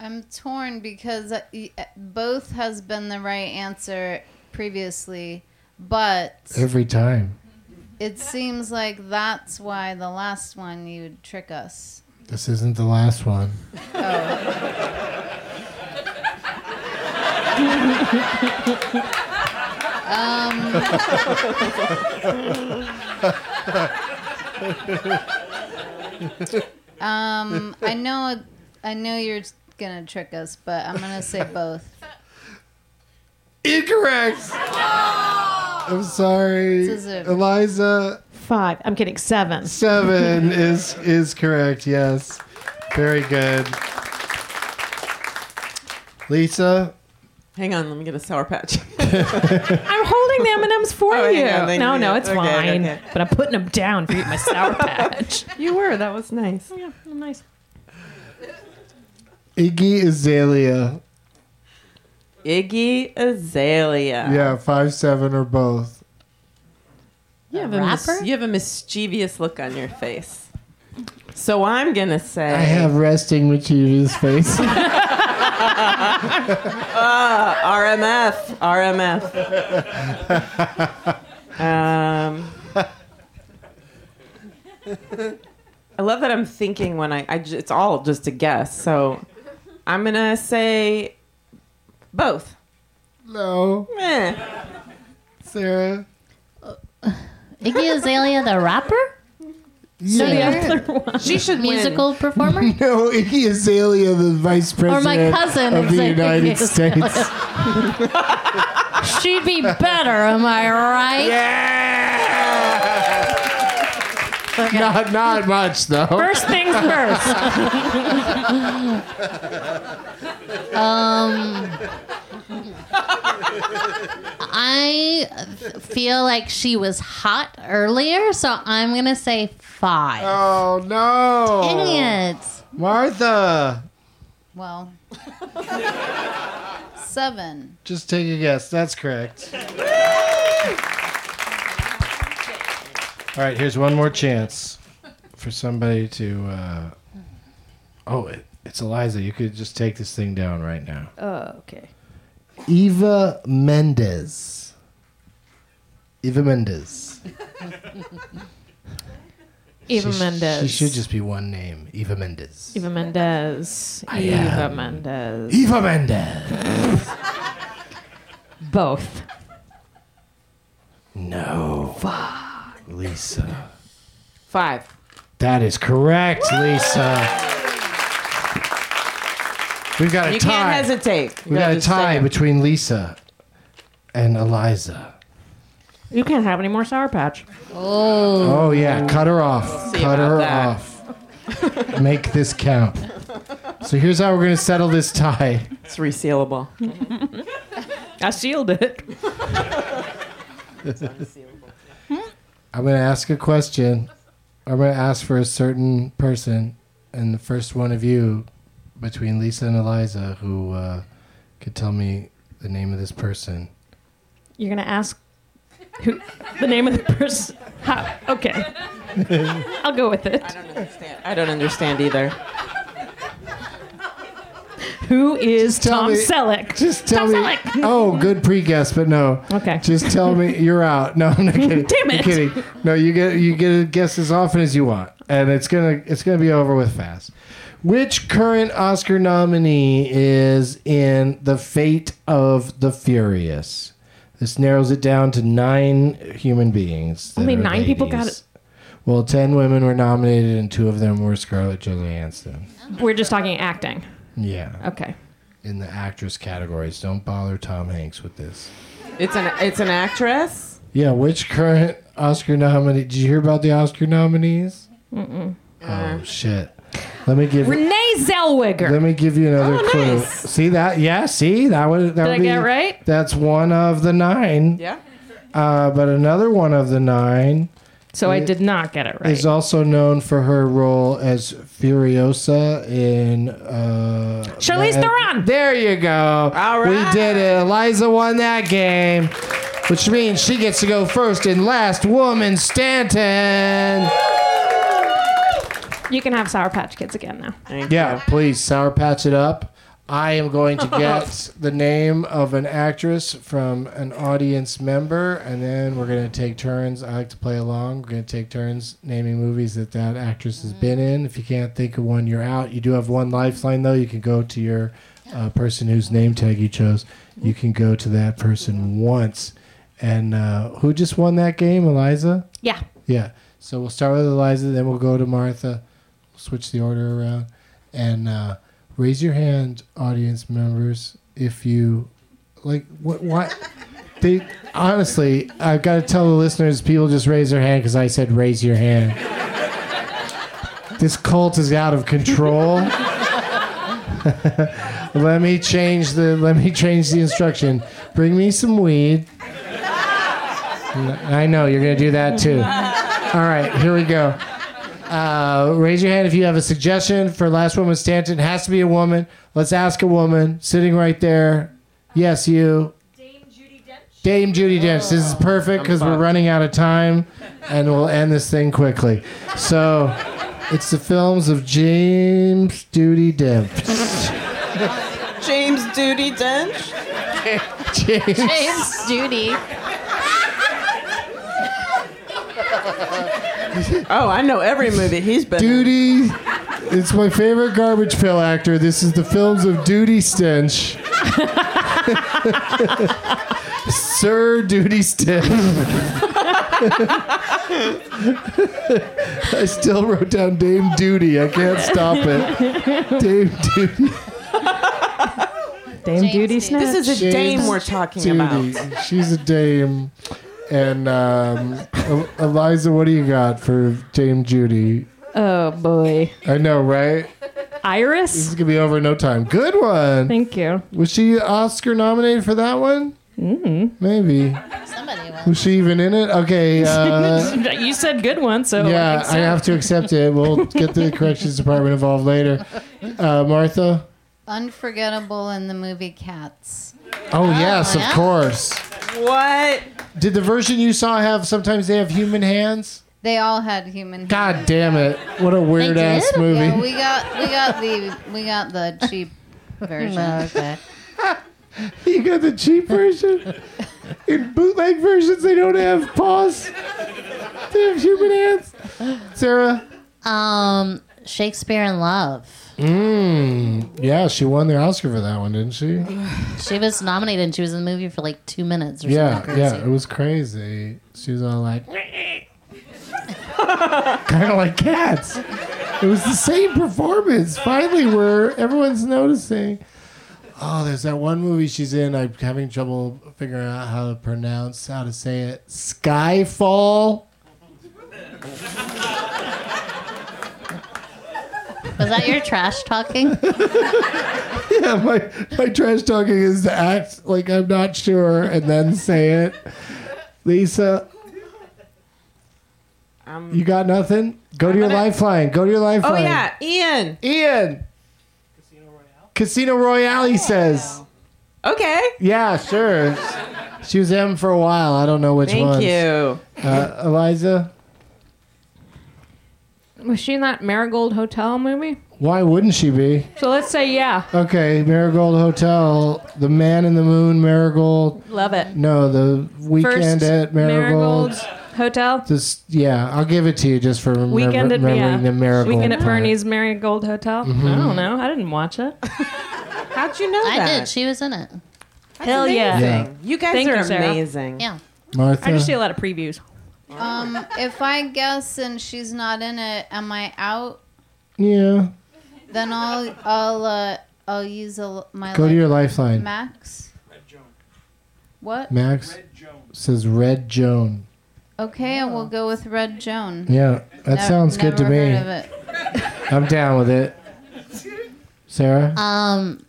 S7: I'm torn because uh, e- uh, both has been the right answer previously, but
S3: Every time.
S7: it seems like that's why the last one you would trick us.
S3: This isn't the last one.
S7: Um, I know, I know you're gonna trick us, but I'm gonna say both.
S3: Incorrect. I'm sorry,
S7: This is a-
S3: Eliza.
S4: [LAUGHS] Five. I'm kidding.
S3: [LAUGHS]
S4: Seven.
S3: Seven is is correct. Yes, very good. Lisa,
S6: Hang on, let me get a Sour Patch.
S4: I'm holding the M&Ms for
S6: [LAUGHS] Oh, hang
S4: you.
S6: on, thank
S4: no,
S6: you.
S4: no, it's
S6: Okay,
S4: fine.
S6: okay.
S4: But I'm putting them down for you,
S3: [LAUGHS]
S4: my sour patch.
S6: you were, that was nice.
S4: yeah, nice.
S3: Iggy Azalea.
S6: Iggy Azalea.
S3: Yeah, five seven or both.
S6: You have,
S5: A
S6: a mis-
S5: rapper?
S6: you have a mischievous look on your face. So I'm gonna say
S3: I have resting Machida's face. [LAUGHS]
S6: RMF, RMF. um, I love that I'm thinking when I, I j- it's all just a guess. So I'm gonna say both.
S3: no,
S6: Eh.
S3: Sarah.
S5: Iggy Azalea, the rapper? Singer?
S6: She should win.
S5: musical
S6: [LAUGHS]
S3: [LAUGHS]
S5: performer?
S3: No, Iggy Azalea, the vice
S5: Or
S3: president
S5: my cousin
S3: of
S5: is
S3: the
S5: like
S3: United
S5: Iggy
S3: States.
S5: She'd be better, am I right?
S3: Yeah. [LAUGHS] Not not much though.
S4: First
S3: [LAUGHS]
S4: things first.
S5: I feel like she was hot earlier, so I'm going to say five.
S3: Oh no.
S5: Dang it.
S3: Martha,
S7: Well, seven.
S3: just take a guess. That's correct. All right, here's one more chance for somebody to. Uh... Oh, it, it's Eliza. You could just take this thing down right now.
S4: Oh, okay.
S3: Eva Mendez. Eva Mendez.
S4: Eva
S3: She sh-
S4: Mendes.
S3: She should just be one name, Eva Mendes.
S4: Eva Mendes.
S3: I
S4: Eva
S3: am
S4: Mendes.
S3: Eva Mendes.
S4: Both.
S3: No. Lisa.
S6: Five.
S3: That is correct, Lisa. We've got a
S6: You
S3: tie.
S6: can't hesitate. You
S3: We got
S6: gotta
S3: a
S6: just say
S3: tie
S6: it.
S3: between Lisa and Eliza.
S4: You can't have any more Sour Patch.
S3: Oh, yeah, cut her off.
S4: See
S3: cut
S4: about
S3: her
S4: that.
S3: off. Make this count. So here's how we're going to settle this tie.
S6: It's resealable.
S4: I sealed it.
S3: I'm going to ask a question. I'm going to ask for a certain person, and the first one of you, between Lisa and Eliza, who uh, could tell me the name of this person.
S4: You're gonna ask who the name of the person? How, okay, I'll go with it.
S6: I don't understand either.
S4: Who is Tom
S3: me-
S4: Selleck?
S3: Just tell
S4: Tom
S3: me.
S4: [LAUGHS] Selleck.
S3: Oh, good pre-guess, but no. Okay. Just tell me you're out. No,
S4: [LAUGHS]
S3: I'm not kidding.
S4: Damn
S3: I'm
S4: it.
S3: kidding. No, you get you get to guess as often as you want, and it's gonna it's gonna be over with fast. Which current Oscar nominee is in The Fate of the Furious? This narrows it down to nine human beings. that
S4: Only
S3: are
S4: nine people got
S3: ladies. Well, ten women were nominated, and two of them were Scarlett Johansson.
S4: We're just talking acting.
S3: Yeah.
S4: Okay.
S3: In the actress categories, don't bother Tom Hanks with this.
S6: It's an it's an actress.
S3: Yeah, which current Oscar nominee? Did you hear about the Oscar nominees?
S4: Mm-mm.
S3: Oh shit! Let me give
S4: Renee Zellweger.
S3: Let me give you another
S4: Oh,
S3: clue.
S4: nice.
S3: See that? Yeah, see that would that
S4: Did
S3: would
S4: I
S3: be
S4: get it right?
S3: That's one of the nine.
S6: Yeah.
S3: Uh, but another one of the nine.
S4: So I
S3: i-
S4: did not get it right.
S3: Is also known for her role as Furiosa in. Uh,
S4: Charlize
S3: Mad-
S4: Theron.
S3: There you go. All right. We did it. Eliza won that game, which means she gets to go first and last woman Stanton.
S4: You can have Sour Patch Kids again now.
S3: Yeah, please sour patch it up. I am going to get the name of an actress from an audience member, and then we're going to take turns. I like to play along. We're going to take turns naming movies that that actress has been in. If you can't think of one, you're out. You do have one lifeline, though. You can go to your uh, person whose name tag you chose. You can go to that person once. And uh, who just won that game, Eliza?
S4: Yeah.
S3: Yeah. So we'll start with Eliza, then we'll go to Martha. We'll switch the order around. And uh, raise your hand, audience members, if you like what why they honestly, I've got to tell the listeners people just raise their hand cuz I said raise your hand. this cult is out of control. [LAUGHS] let me change the let me change the instruction. Bring me some weed. I know you're gonna do that too. All right, here we go. Uh, raise your hand if you have a suggestion for Last Woman Stanton. It has to be a woman. Let's ask a woman sitting right there. Yes, you. Dame Judy Dench. This is perfect because we're running out of time, and we'll end this thing quickly. So, it's the films of James Judy Dench. [LAUGHS]
S6: James Duty Dench.
S3: James.
S5: James Judy.
S6: Oh, I know every movie he's been. in.
S3: Duty. It's my favorite garbage pail actor. This is the films of Duty Stench. [LAUGHS] Sir Duty Stench. [LAUGHS] I still wrote down Dame Duty. I can't stop it. Dame Duty.
S4: Dame Duty Snatch.
S6: This is a dame we're talking
S3: Duty.
S6: about.
S3: She's a dame. And um, El- Eliza, what do you got for Dame Judy?
S4: Oh boy.
S3: I know, right? This
S4: Iris.
S3: is gonna be over in no time. Good one.
S4: Thank you.
S3: Was she Oscar nominated for that one? Mm-hmm. Maybe.
S5: Somebody
S3: Was she even in it? Okay. Uh,
S4: you said good one, so I,
S3: yeah,
S4: think so.
S3: I have to accept it. We'll get the corrections department involved later. Uh, Martha.
S7: Unforgettable in the movie Cats.
S3: Oh yes, of
S7: yeah.
S3: course.
S6: What?
S3: Did the version you saw have? Sometimes they have human hands.
S7: They all had human.
S3: God damn it! What a weird ass movie.
S7: Yeah, we got we got the we got the cheap
S3: [LAUGHS]
S7: version.
S5: okay.
S3: You got the cheap version. In bootleg versions, they don't have paws. They have human hands. Sarah?
S5: Um, Shakespeare in Love.
S3: Mm, yeah, she won the Oscar for that one, didn't she?
S5: She was nominated and she was in the movie for like two minutes or
S3: Yeah,
S5: something.
S3: yeah,
S5: crazy.
S3: it was crazy. She was all like, kind of like cats. It was the same performance. Finally, where everyone's noticing. Oh, there's that one movie she's in. I'm having trouble figuring out how to pronounce, how to say it. Skyfall.
S5: Was that your trash talking?
S3: yeah, [LAUGHS] my my trash talking is to act like I'm not sure and then say it. Lisa, you got nothing. Go to your lifeline. Go to your lifeline.
S6: Um, Oh yeah, Ian.
S3: Ian. Casino Royale. He says.
S6: Okay.
S3: Yeah, sure. She was M for a while. I don't know which
S6: Thank
S3: ones.
S6: you.
S3: uh, Eliza.
S4: Was she in that Marigold Hotel movie?
S3: Why wouldn't she be?
S4: So let's say yeah.
S3: Okay, Marigold Hotel, The Man in the Moon, Marigold.
S4: Love it.
S3: No, the weekend
S4: First
S3: at
S4: Marigold
S3: Marigold's.
S4: Hotel.
S3: Just yeah, I'll give it to you just for remem-
S4: Weekend at
S3: remembering
S4: yeah.
S3: the Marigold.
S4: Weekend at
S3: part.
S4: Bernie's Marigold Hotel. I
S3: Mhm.
S4: don't know. I didn't watch it.
S6: How'd you know
S5: I
S6: that?
S5: did. She was in it.
S4: Hell yeah.
S3: amazing.
S6: You guys
S4: Thank
S6: are
S4: you, Sarah.
S6: amazing.
S5: Yeah.
S3: Martha.
S4: I just see a lot of previews.
S7: Um, [LAUGHS] if I guess and she's not in it, am I out?
S3: Yeah,
S7: Then I'll I'll uh, I'll use a, l- my
S3: Go to
S7: li-
S3: your lifeline.
S7: Max. What?
S3: Max says Red Joan.
S7: Okay, and we'll go with Red Joan.
S3: Yeah, that
S7: Nev-
S3: sounds good to
S7: never
S3: me.
S7: heard of it.
S3: I'm down with it.
S7: [LAUGHS]
S3: Sarah.
S5: Um,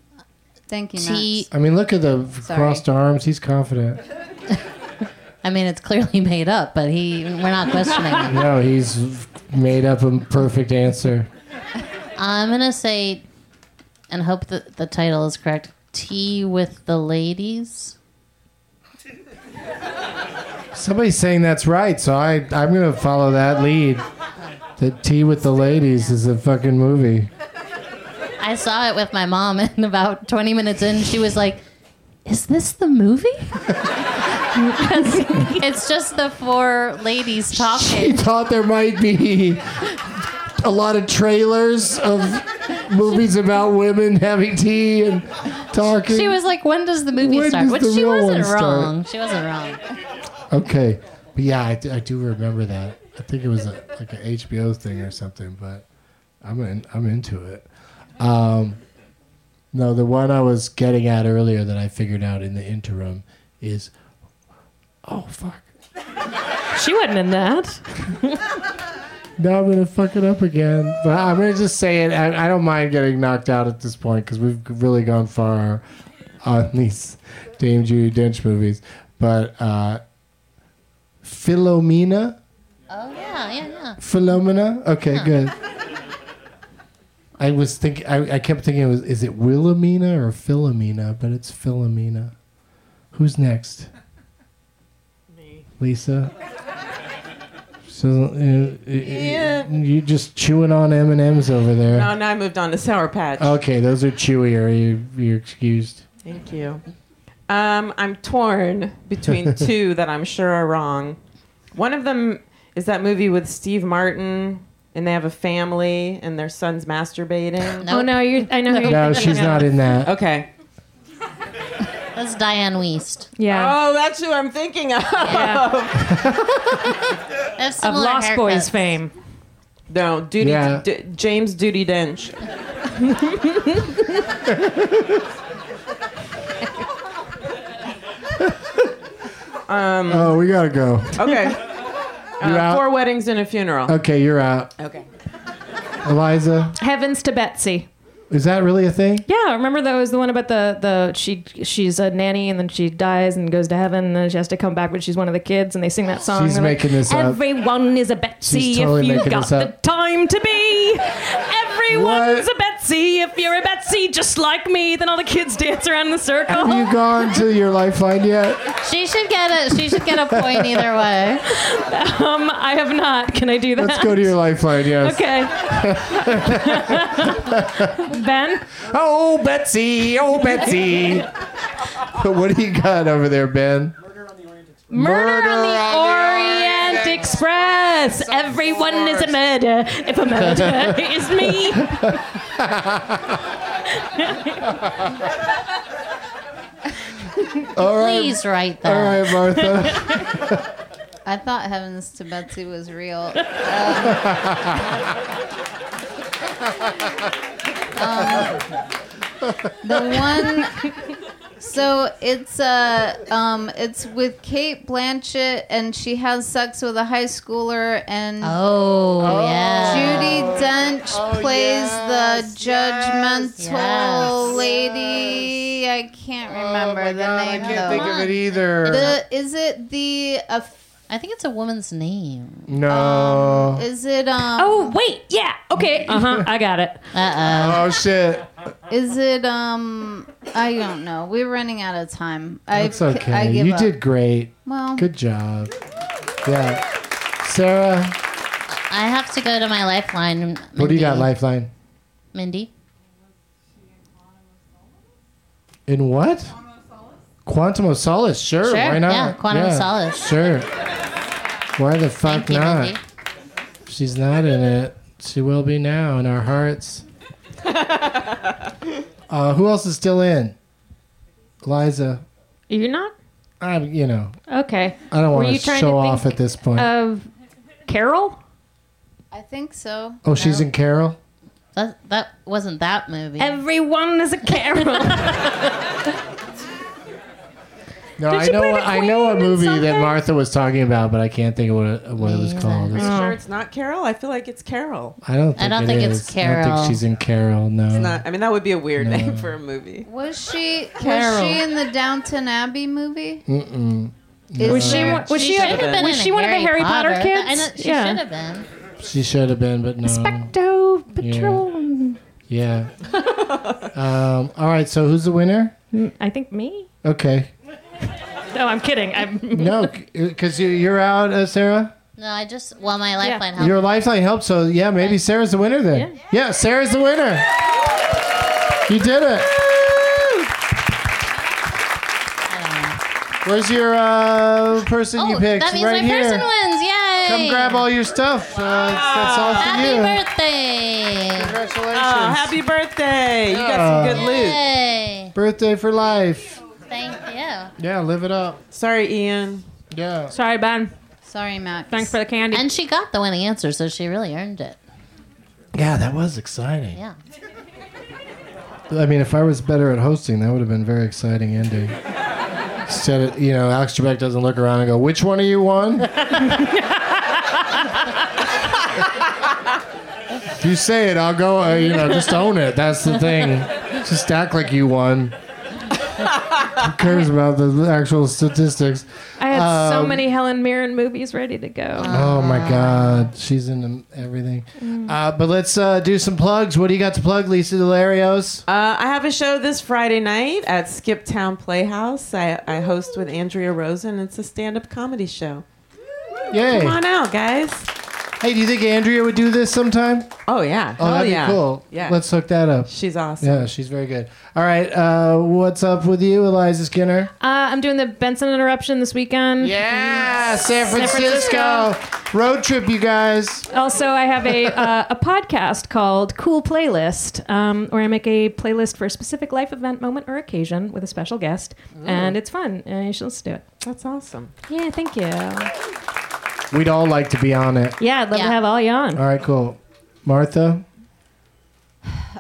S7: Thank you,
S5: She,
S3: I mean, look at the
S5: Sorry.
S3: crossed arms. He's confident.
S5: I mean, it's clearly [LAUGHS] made up, but he, we're not questioning it.
S3: no, he's made up a perfect answer.
S5: I'm gonna say, and hope that the title is correct. Tea with the ladies.
S3: Somebody's saying that's right, so I I'm gonna follow that lead. That tea with the ladies is a fucking movie.
S5: I saw it with my mom, [LAUGHS] and about 20 minutes in, she was like, "Is this the movie?" [LAUGHS] 'Cause it's just the four ladies
S3: She
S5: talking.
S3: thought there might be a lot of trailers of movies about women having tea and talking.
S5: She was like, "When does the movie
S3: When
S5: start?"
S3: does
S5: Which
S3: the
S5: she
S3: real
S5: wasn't
S3: one start?
S5: wrong. She wasn't wrong.
S3: okay, but yeah, I, do- I do remember that. I think it was a, like an HBO thing or something, but I'm in, I'm into it. Um, no, the one I was getting at earlier that I figured out in the interim is oh fuck.
S4: She wasn't in that.
S3: Now I'm gonna fuck it up again, but I'm gonna just say it. I, I don't mind getting knocked out at this point because we've really gone far on [LAUGHS] these Dame Judy Dench movies. But uh, Philomena,
S5: Oh yeah, yeah, yeah.
S3: Philomena. Okay, good. I was thinking. I, I kept thinking it was. Is it Wilhelmina or Philomena? But it's Philomena. Who's next? Me. Lisa. So uh,
S6: Yeah.
S3: you just chewing on M and M's over there.
S6: No, now I moved on to Sour Patch.
S3: Okay, those are chewier. You, you're excused.
S6: Thank you. Um, I'm torn [LAUGHS] between two that I'm sure are wrong. One of them is that movie with Steve Martin, and they have a family, and their son's masturbating.
S4: Oh no, you. I know. who
S3: [LAUGHS]
S4: you're
S3: No,
S4: thinking
S3: she's
S4: of.
S3: not in that.
S6: Okay.
S5: That's Diane Weist.
S4: Yeah.
S6: Oh, that's who I'm thinking of.
S5: They have
S4: of
S5: similar
S4: Lost
S5: haircuts.
S4: Boys fame.
S6: [LAUGHS] No, Duty
S3: Yeah.
S6: D- James Duty Dench.
S3: [LAUGHS] oh, we gotta go.
S6: Okay.
S3: You're
S6: Uh,
S3: out.
S6: [LAUGHS] four weddings and a funeral.
S3: Okay, you're out.
S6: Okay.
S3: Eliza,
S4: Heavens to Betsy.
S3: is that really a thing?
S4: Yeah, remember that was the one about the the she she's a nanny and then she dies and goes to heaven and then she has to come back but she's one of the kids and they sing that song.
S3: She's
S4: They're like,
S3: making this up.
S4: Everyone is a Betsy
S3: She's totally
S4: if you
S3: making
S4: got
S3: this up.
S4: the time to be. Everyone's a Betsy if you're a Betsy just like me. Then all the kids dance around in the circle.
S3: Have you gone to your lifeline yet?
S5: She should get a she should get a
S3: [LAUGHS]
S5: point either way.
S4: Um, I have not. Can I do that?
S3: Let's go to your lifeline, yes.
S4: [LAUGHS]
S3: [LAUGHS]
S4: Okay. ben,
S3: Oh, Betsy. Oh, Betsy. [LAUGHS] what do you got over there, Ben?
S4: Murder, on the Orient Express. Express. Everyone is a murder if
S3: [LAUGHS]
S4: a murder is me.
S3: All right.
S7: Please write that.
S3: Um, All right,
S7: [LAUGHS]
S3: Martha.
S7: I thought Heavens to Betsy was real. Um, the one. So it's uh um it's with Kate Blanchett and she has sex with a high schooler and
S5: Oh, Oh. yeah.
S7: Judy Dench
S3: Oh,
S7: plays the judgmental
S5: Yes.
S7: lady. I can't remember the name.
S3: Oh I can't think of
S7: though.
S3: it either.
S7: The, is it the? Uh,
S5: I think it's a woman's name.
S3: no.
S7: is it um?
S4: Oh wait, yeah. Okay. Uh
S3: Uh-huh.
S4: huh. I got it.
S5: Uh
S3: oh shit.
S7: Is it um? I don't know. We're running out of time. I,
S3: That's okay.
S7: I give
S3: you
S7: up.
S3: did great.
S7: Well-
S3: good job. Yeah, Sarah.
S5: I have to go to my lifeline. Mindy.
S3: What do you got? Lifeline
S5: Mindy?
S3: in what? Quantum of Solace. Sure.
S5: Sure,
S3: Why not?
S5: yeah, Quantum of Solace.
S3: Sure. Why the fuck
S5: you,
S3: not?
S5: Mindy.
S3: She's not in it. She will be now in our
S4: [LAUGHS]
S3: hearts. uh, who else is still in? Liza.
S4: You're not
S3: I, you know,
S4: okay.
S3: I don't
S4: Were
S3: want
S4: you
S3: to
S4: trying
S3: show
S4: to
S3: off
S4: think
S3: at this point.
S4: Of Carol.
S7: I think so.
S3: oh, she's in Carol.
S5: That, that wasn't that movie.
S4: Everyone is a [LAUGHS] Carol.
S3: No,
S4: Did
S3: I
S4: she
S3: know,
S4: play
S3: what,
S4: the
S3: I know
S4: queen
S3: a
S4: in
S3: movie that
S4: something?
S3: Martha was talking about, but I can't think of what it, what it was called.
S6: Are you sure it's not Carol? I feel like it's Carol.
S3: I don't think,
S6: I don't
S3: it
S6: think
S3: is.
S6: it's
S3: I don't
S6: Carol.
S3: think she's in Carol. No,
S6: It's not. I mean, that would be a weird name for a [LAUGHS] movie.
S7: Was she was
S6: Carol.
S7: she in the Downton Abbey movie?
S3: Mm-mm. No.
S7: Was
S4: was
S7: she-
S4: she a- was she one of the Harry Potter kids?
S5: I know, she
S4: Yeah.
S5: should have been.
S3: She should have been, but no.
S4: Specto Patrol.
S5: [LAUGHS]
S3: Yeah. um, all right. So who's the winner?
S4: I think me.
S3: Okay.
S4: No, I'm kidding. I'm [LAUGHS]
S3: No, because you, you're out, uh, Sarah.
S5: No, I just, well, my lifeline helped.
S3: Your lifeline helped. So yeah, maybe Sarah's the winner then. Yeah, Sarah's the winner. You did it. Where's your uh, person you
S5: Oh,
S3: picked?
S5: that means
S3: right
S5: my
S3: here.
S5: person wins. Yay!
S3: Come grab all your stuff. Uh, that's all for
S5: Happy
S3: you.
S5: birthday!
S3: Congratulations!
S6: Oh, happy birthday! You got some good
S3: Oh.
S6: loot.
S5: Yay!
S3: Birthday for life.
S5: Thank you.
S3: Yeah, live it up.
S6: Sorry, Ian.
S3: Yeah.
S4: Sorry, Ben.
S7: Sorry, Max.
S4: Thanks for the candy.
S5: And she got the winning answer, so she really earned it.
S3: Yeah, that was exciting.
S5: Yeah.
S3: I mean, if I was better at hosting, that would have been a very exciting ending. Instead, of, you know, Alex Trebek doesn't look around and go, "Which one of you won?" if you say it, I'll go. Uh, you know, just own it. That's the thing. Just act like you won. Who cares about the actual statistics?
S4: I had so
S3: Um,
S4: many Helen Mirren movies ready to go.
S3: Oh
S6: Uh,
S3: my God, she's into everything. Uh, but let's uh, do some plugs. What do you got to plug, Lisa Delarios?
S6: Uh, I have a show this Friday night at Skiptown Playhouse. I, I host with Andrea Rosen. It's a stand-up comedy show.
S3: Yay!
S6: Come on out, guys.
S3: Hey, do you think Andrea would do this sometime?
S6: Oh yeah.
S3: Oh,
S6: Hell
S3: that'd
S6: yeah.
S3: be cool.
S6: Yeah.
S3: Let's hook that up.
S6: She's awesome.
S3: Yeah, she's very good. All right, uh, what's up with you, Eliza Skinner?
S4: Uh, I'm doing the Benson interruption this weekend.
S3: Yeah, San Francisco. Road trip, you guys.
S4: Also, I have a uh, a podcast called Cool Playlist, um, where I make a playlist for a specific life event, moment, or occasion with a special guest, and it's fun. And you should listen to it.
S6: That's awesome.
S4: Yeah, thank you.
S3: We'd all like to be on it.
S4: Yeah, I'd love to have all you on.
S3: All right, cool. Martha,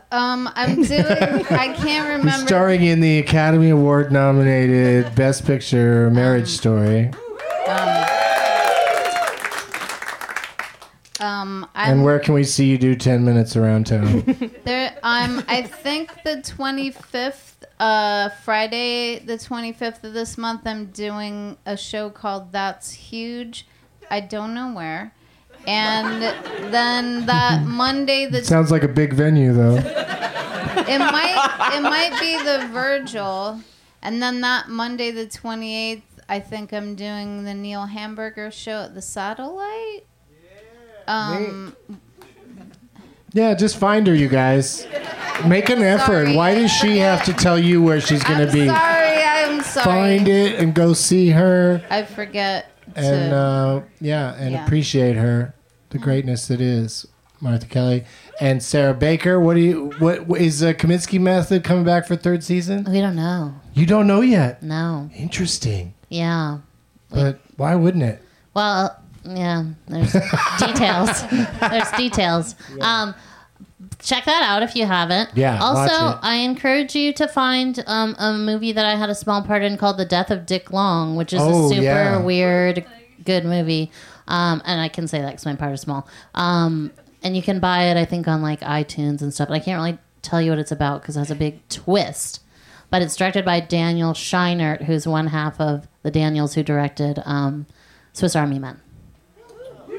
S7: Um, I'm doing.
S3: [LAUGHS]
S7: I can't
S3: who's
S7: remember.
S3: starring in the Academy Award nominated Best Picture Marriage Story.
S7: Um, I'm
S3: And where can we see you do 10 minutes around town?
S7: There, um, I think the 25th, uh, Friday, the 25th of this month, I'm doing a show called That's Huge. I don't know where. And
S3: [LAUGHS]
S7: then that Monday,
S3: [LAUGHS]
S7: the
S3: Sounds like a big venue, though.
S7: it might it might be the Virgil, and then that Monday, the 28th, I think I'm doing the Neil Hamburger show at the Satellite. Um,
S3: Yeah, just find her, you guys. Make an effort. Why does she have to tell you where she's going to be?
S7: sorry, I'm sorry.
S3: Find it and go see her.
S7: I forget.
S3: and
S7: to-
S3: uh, yeah, and
S7: Yeah.
S3: appreciate her, the greatness that is Martha Kelly and Sarah Baker. What do you? What, what is the Kaminsky Method coming back for third season?
S5: We don't know.
S3: You don't know yet.
S5: No.
S3: Interesting,
S5: Yeah.
S3: but why wouldn't it?
S5: Well, yeah. There's
S11: [LAUGHS]
S5: details. There's details. Um, check that out if you haven't.
S11: Yeah,
S5: Also,
S11: watch it.
S5: I encourage you to find um, a movie that I had a small part in called The Death of Dick Long, which is
S11: Oh,
S5: a super
S11: yeah.
S5: weird, good movie. Um, and I can say that because my part is small. Um, and you can buy it, I think, on like iTunes and stuff. But I can't really tell you what it's about because it has a big twist. But it's directed by Daniel Scheinert, who's one half of the Daniels who directed um, Swiss Army Men.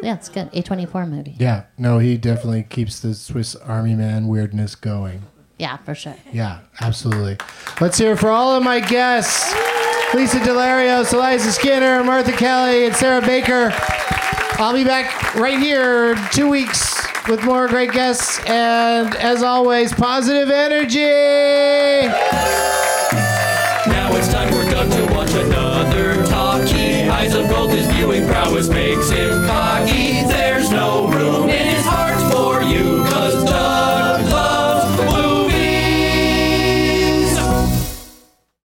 S5: Yeah, it's good. A24 movie.
S3: Yeah, no, he definitely keeps the Swiss Army Man weirdness going.
S5: Yeah, for sure.
S3: Yeah, absolutely. Let's hear it for all of my guests Lisa Delarios, Eliza Skinner, Martha Kelly, and Sarah Baker. I'll be back right here in two weeks with more great guests. And as always, positive energy.
S2: Now it's time for Doug to watch another talkie. Eyes of gold, his viewing prowess makes him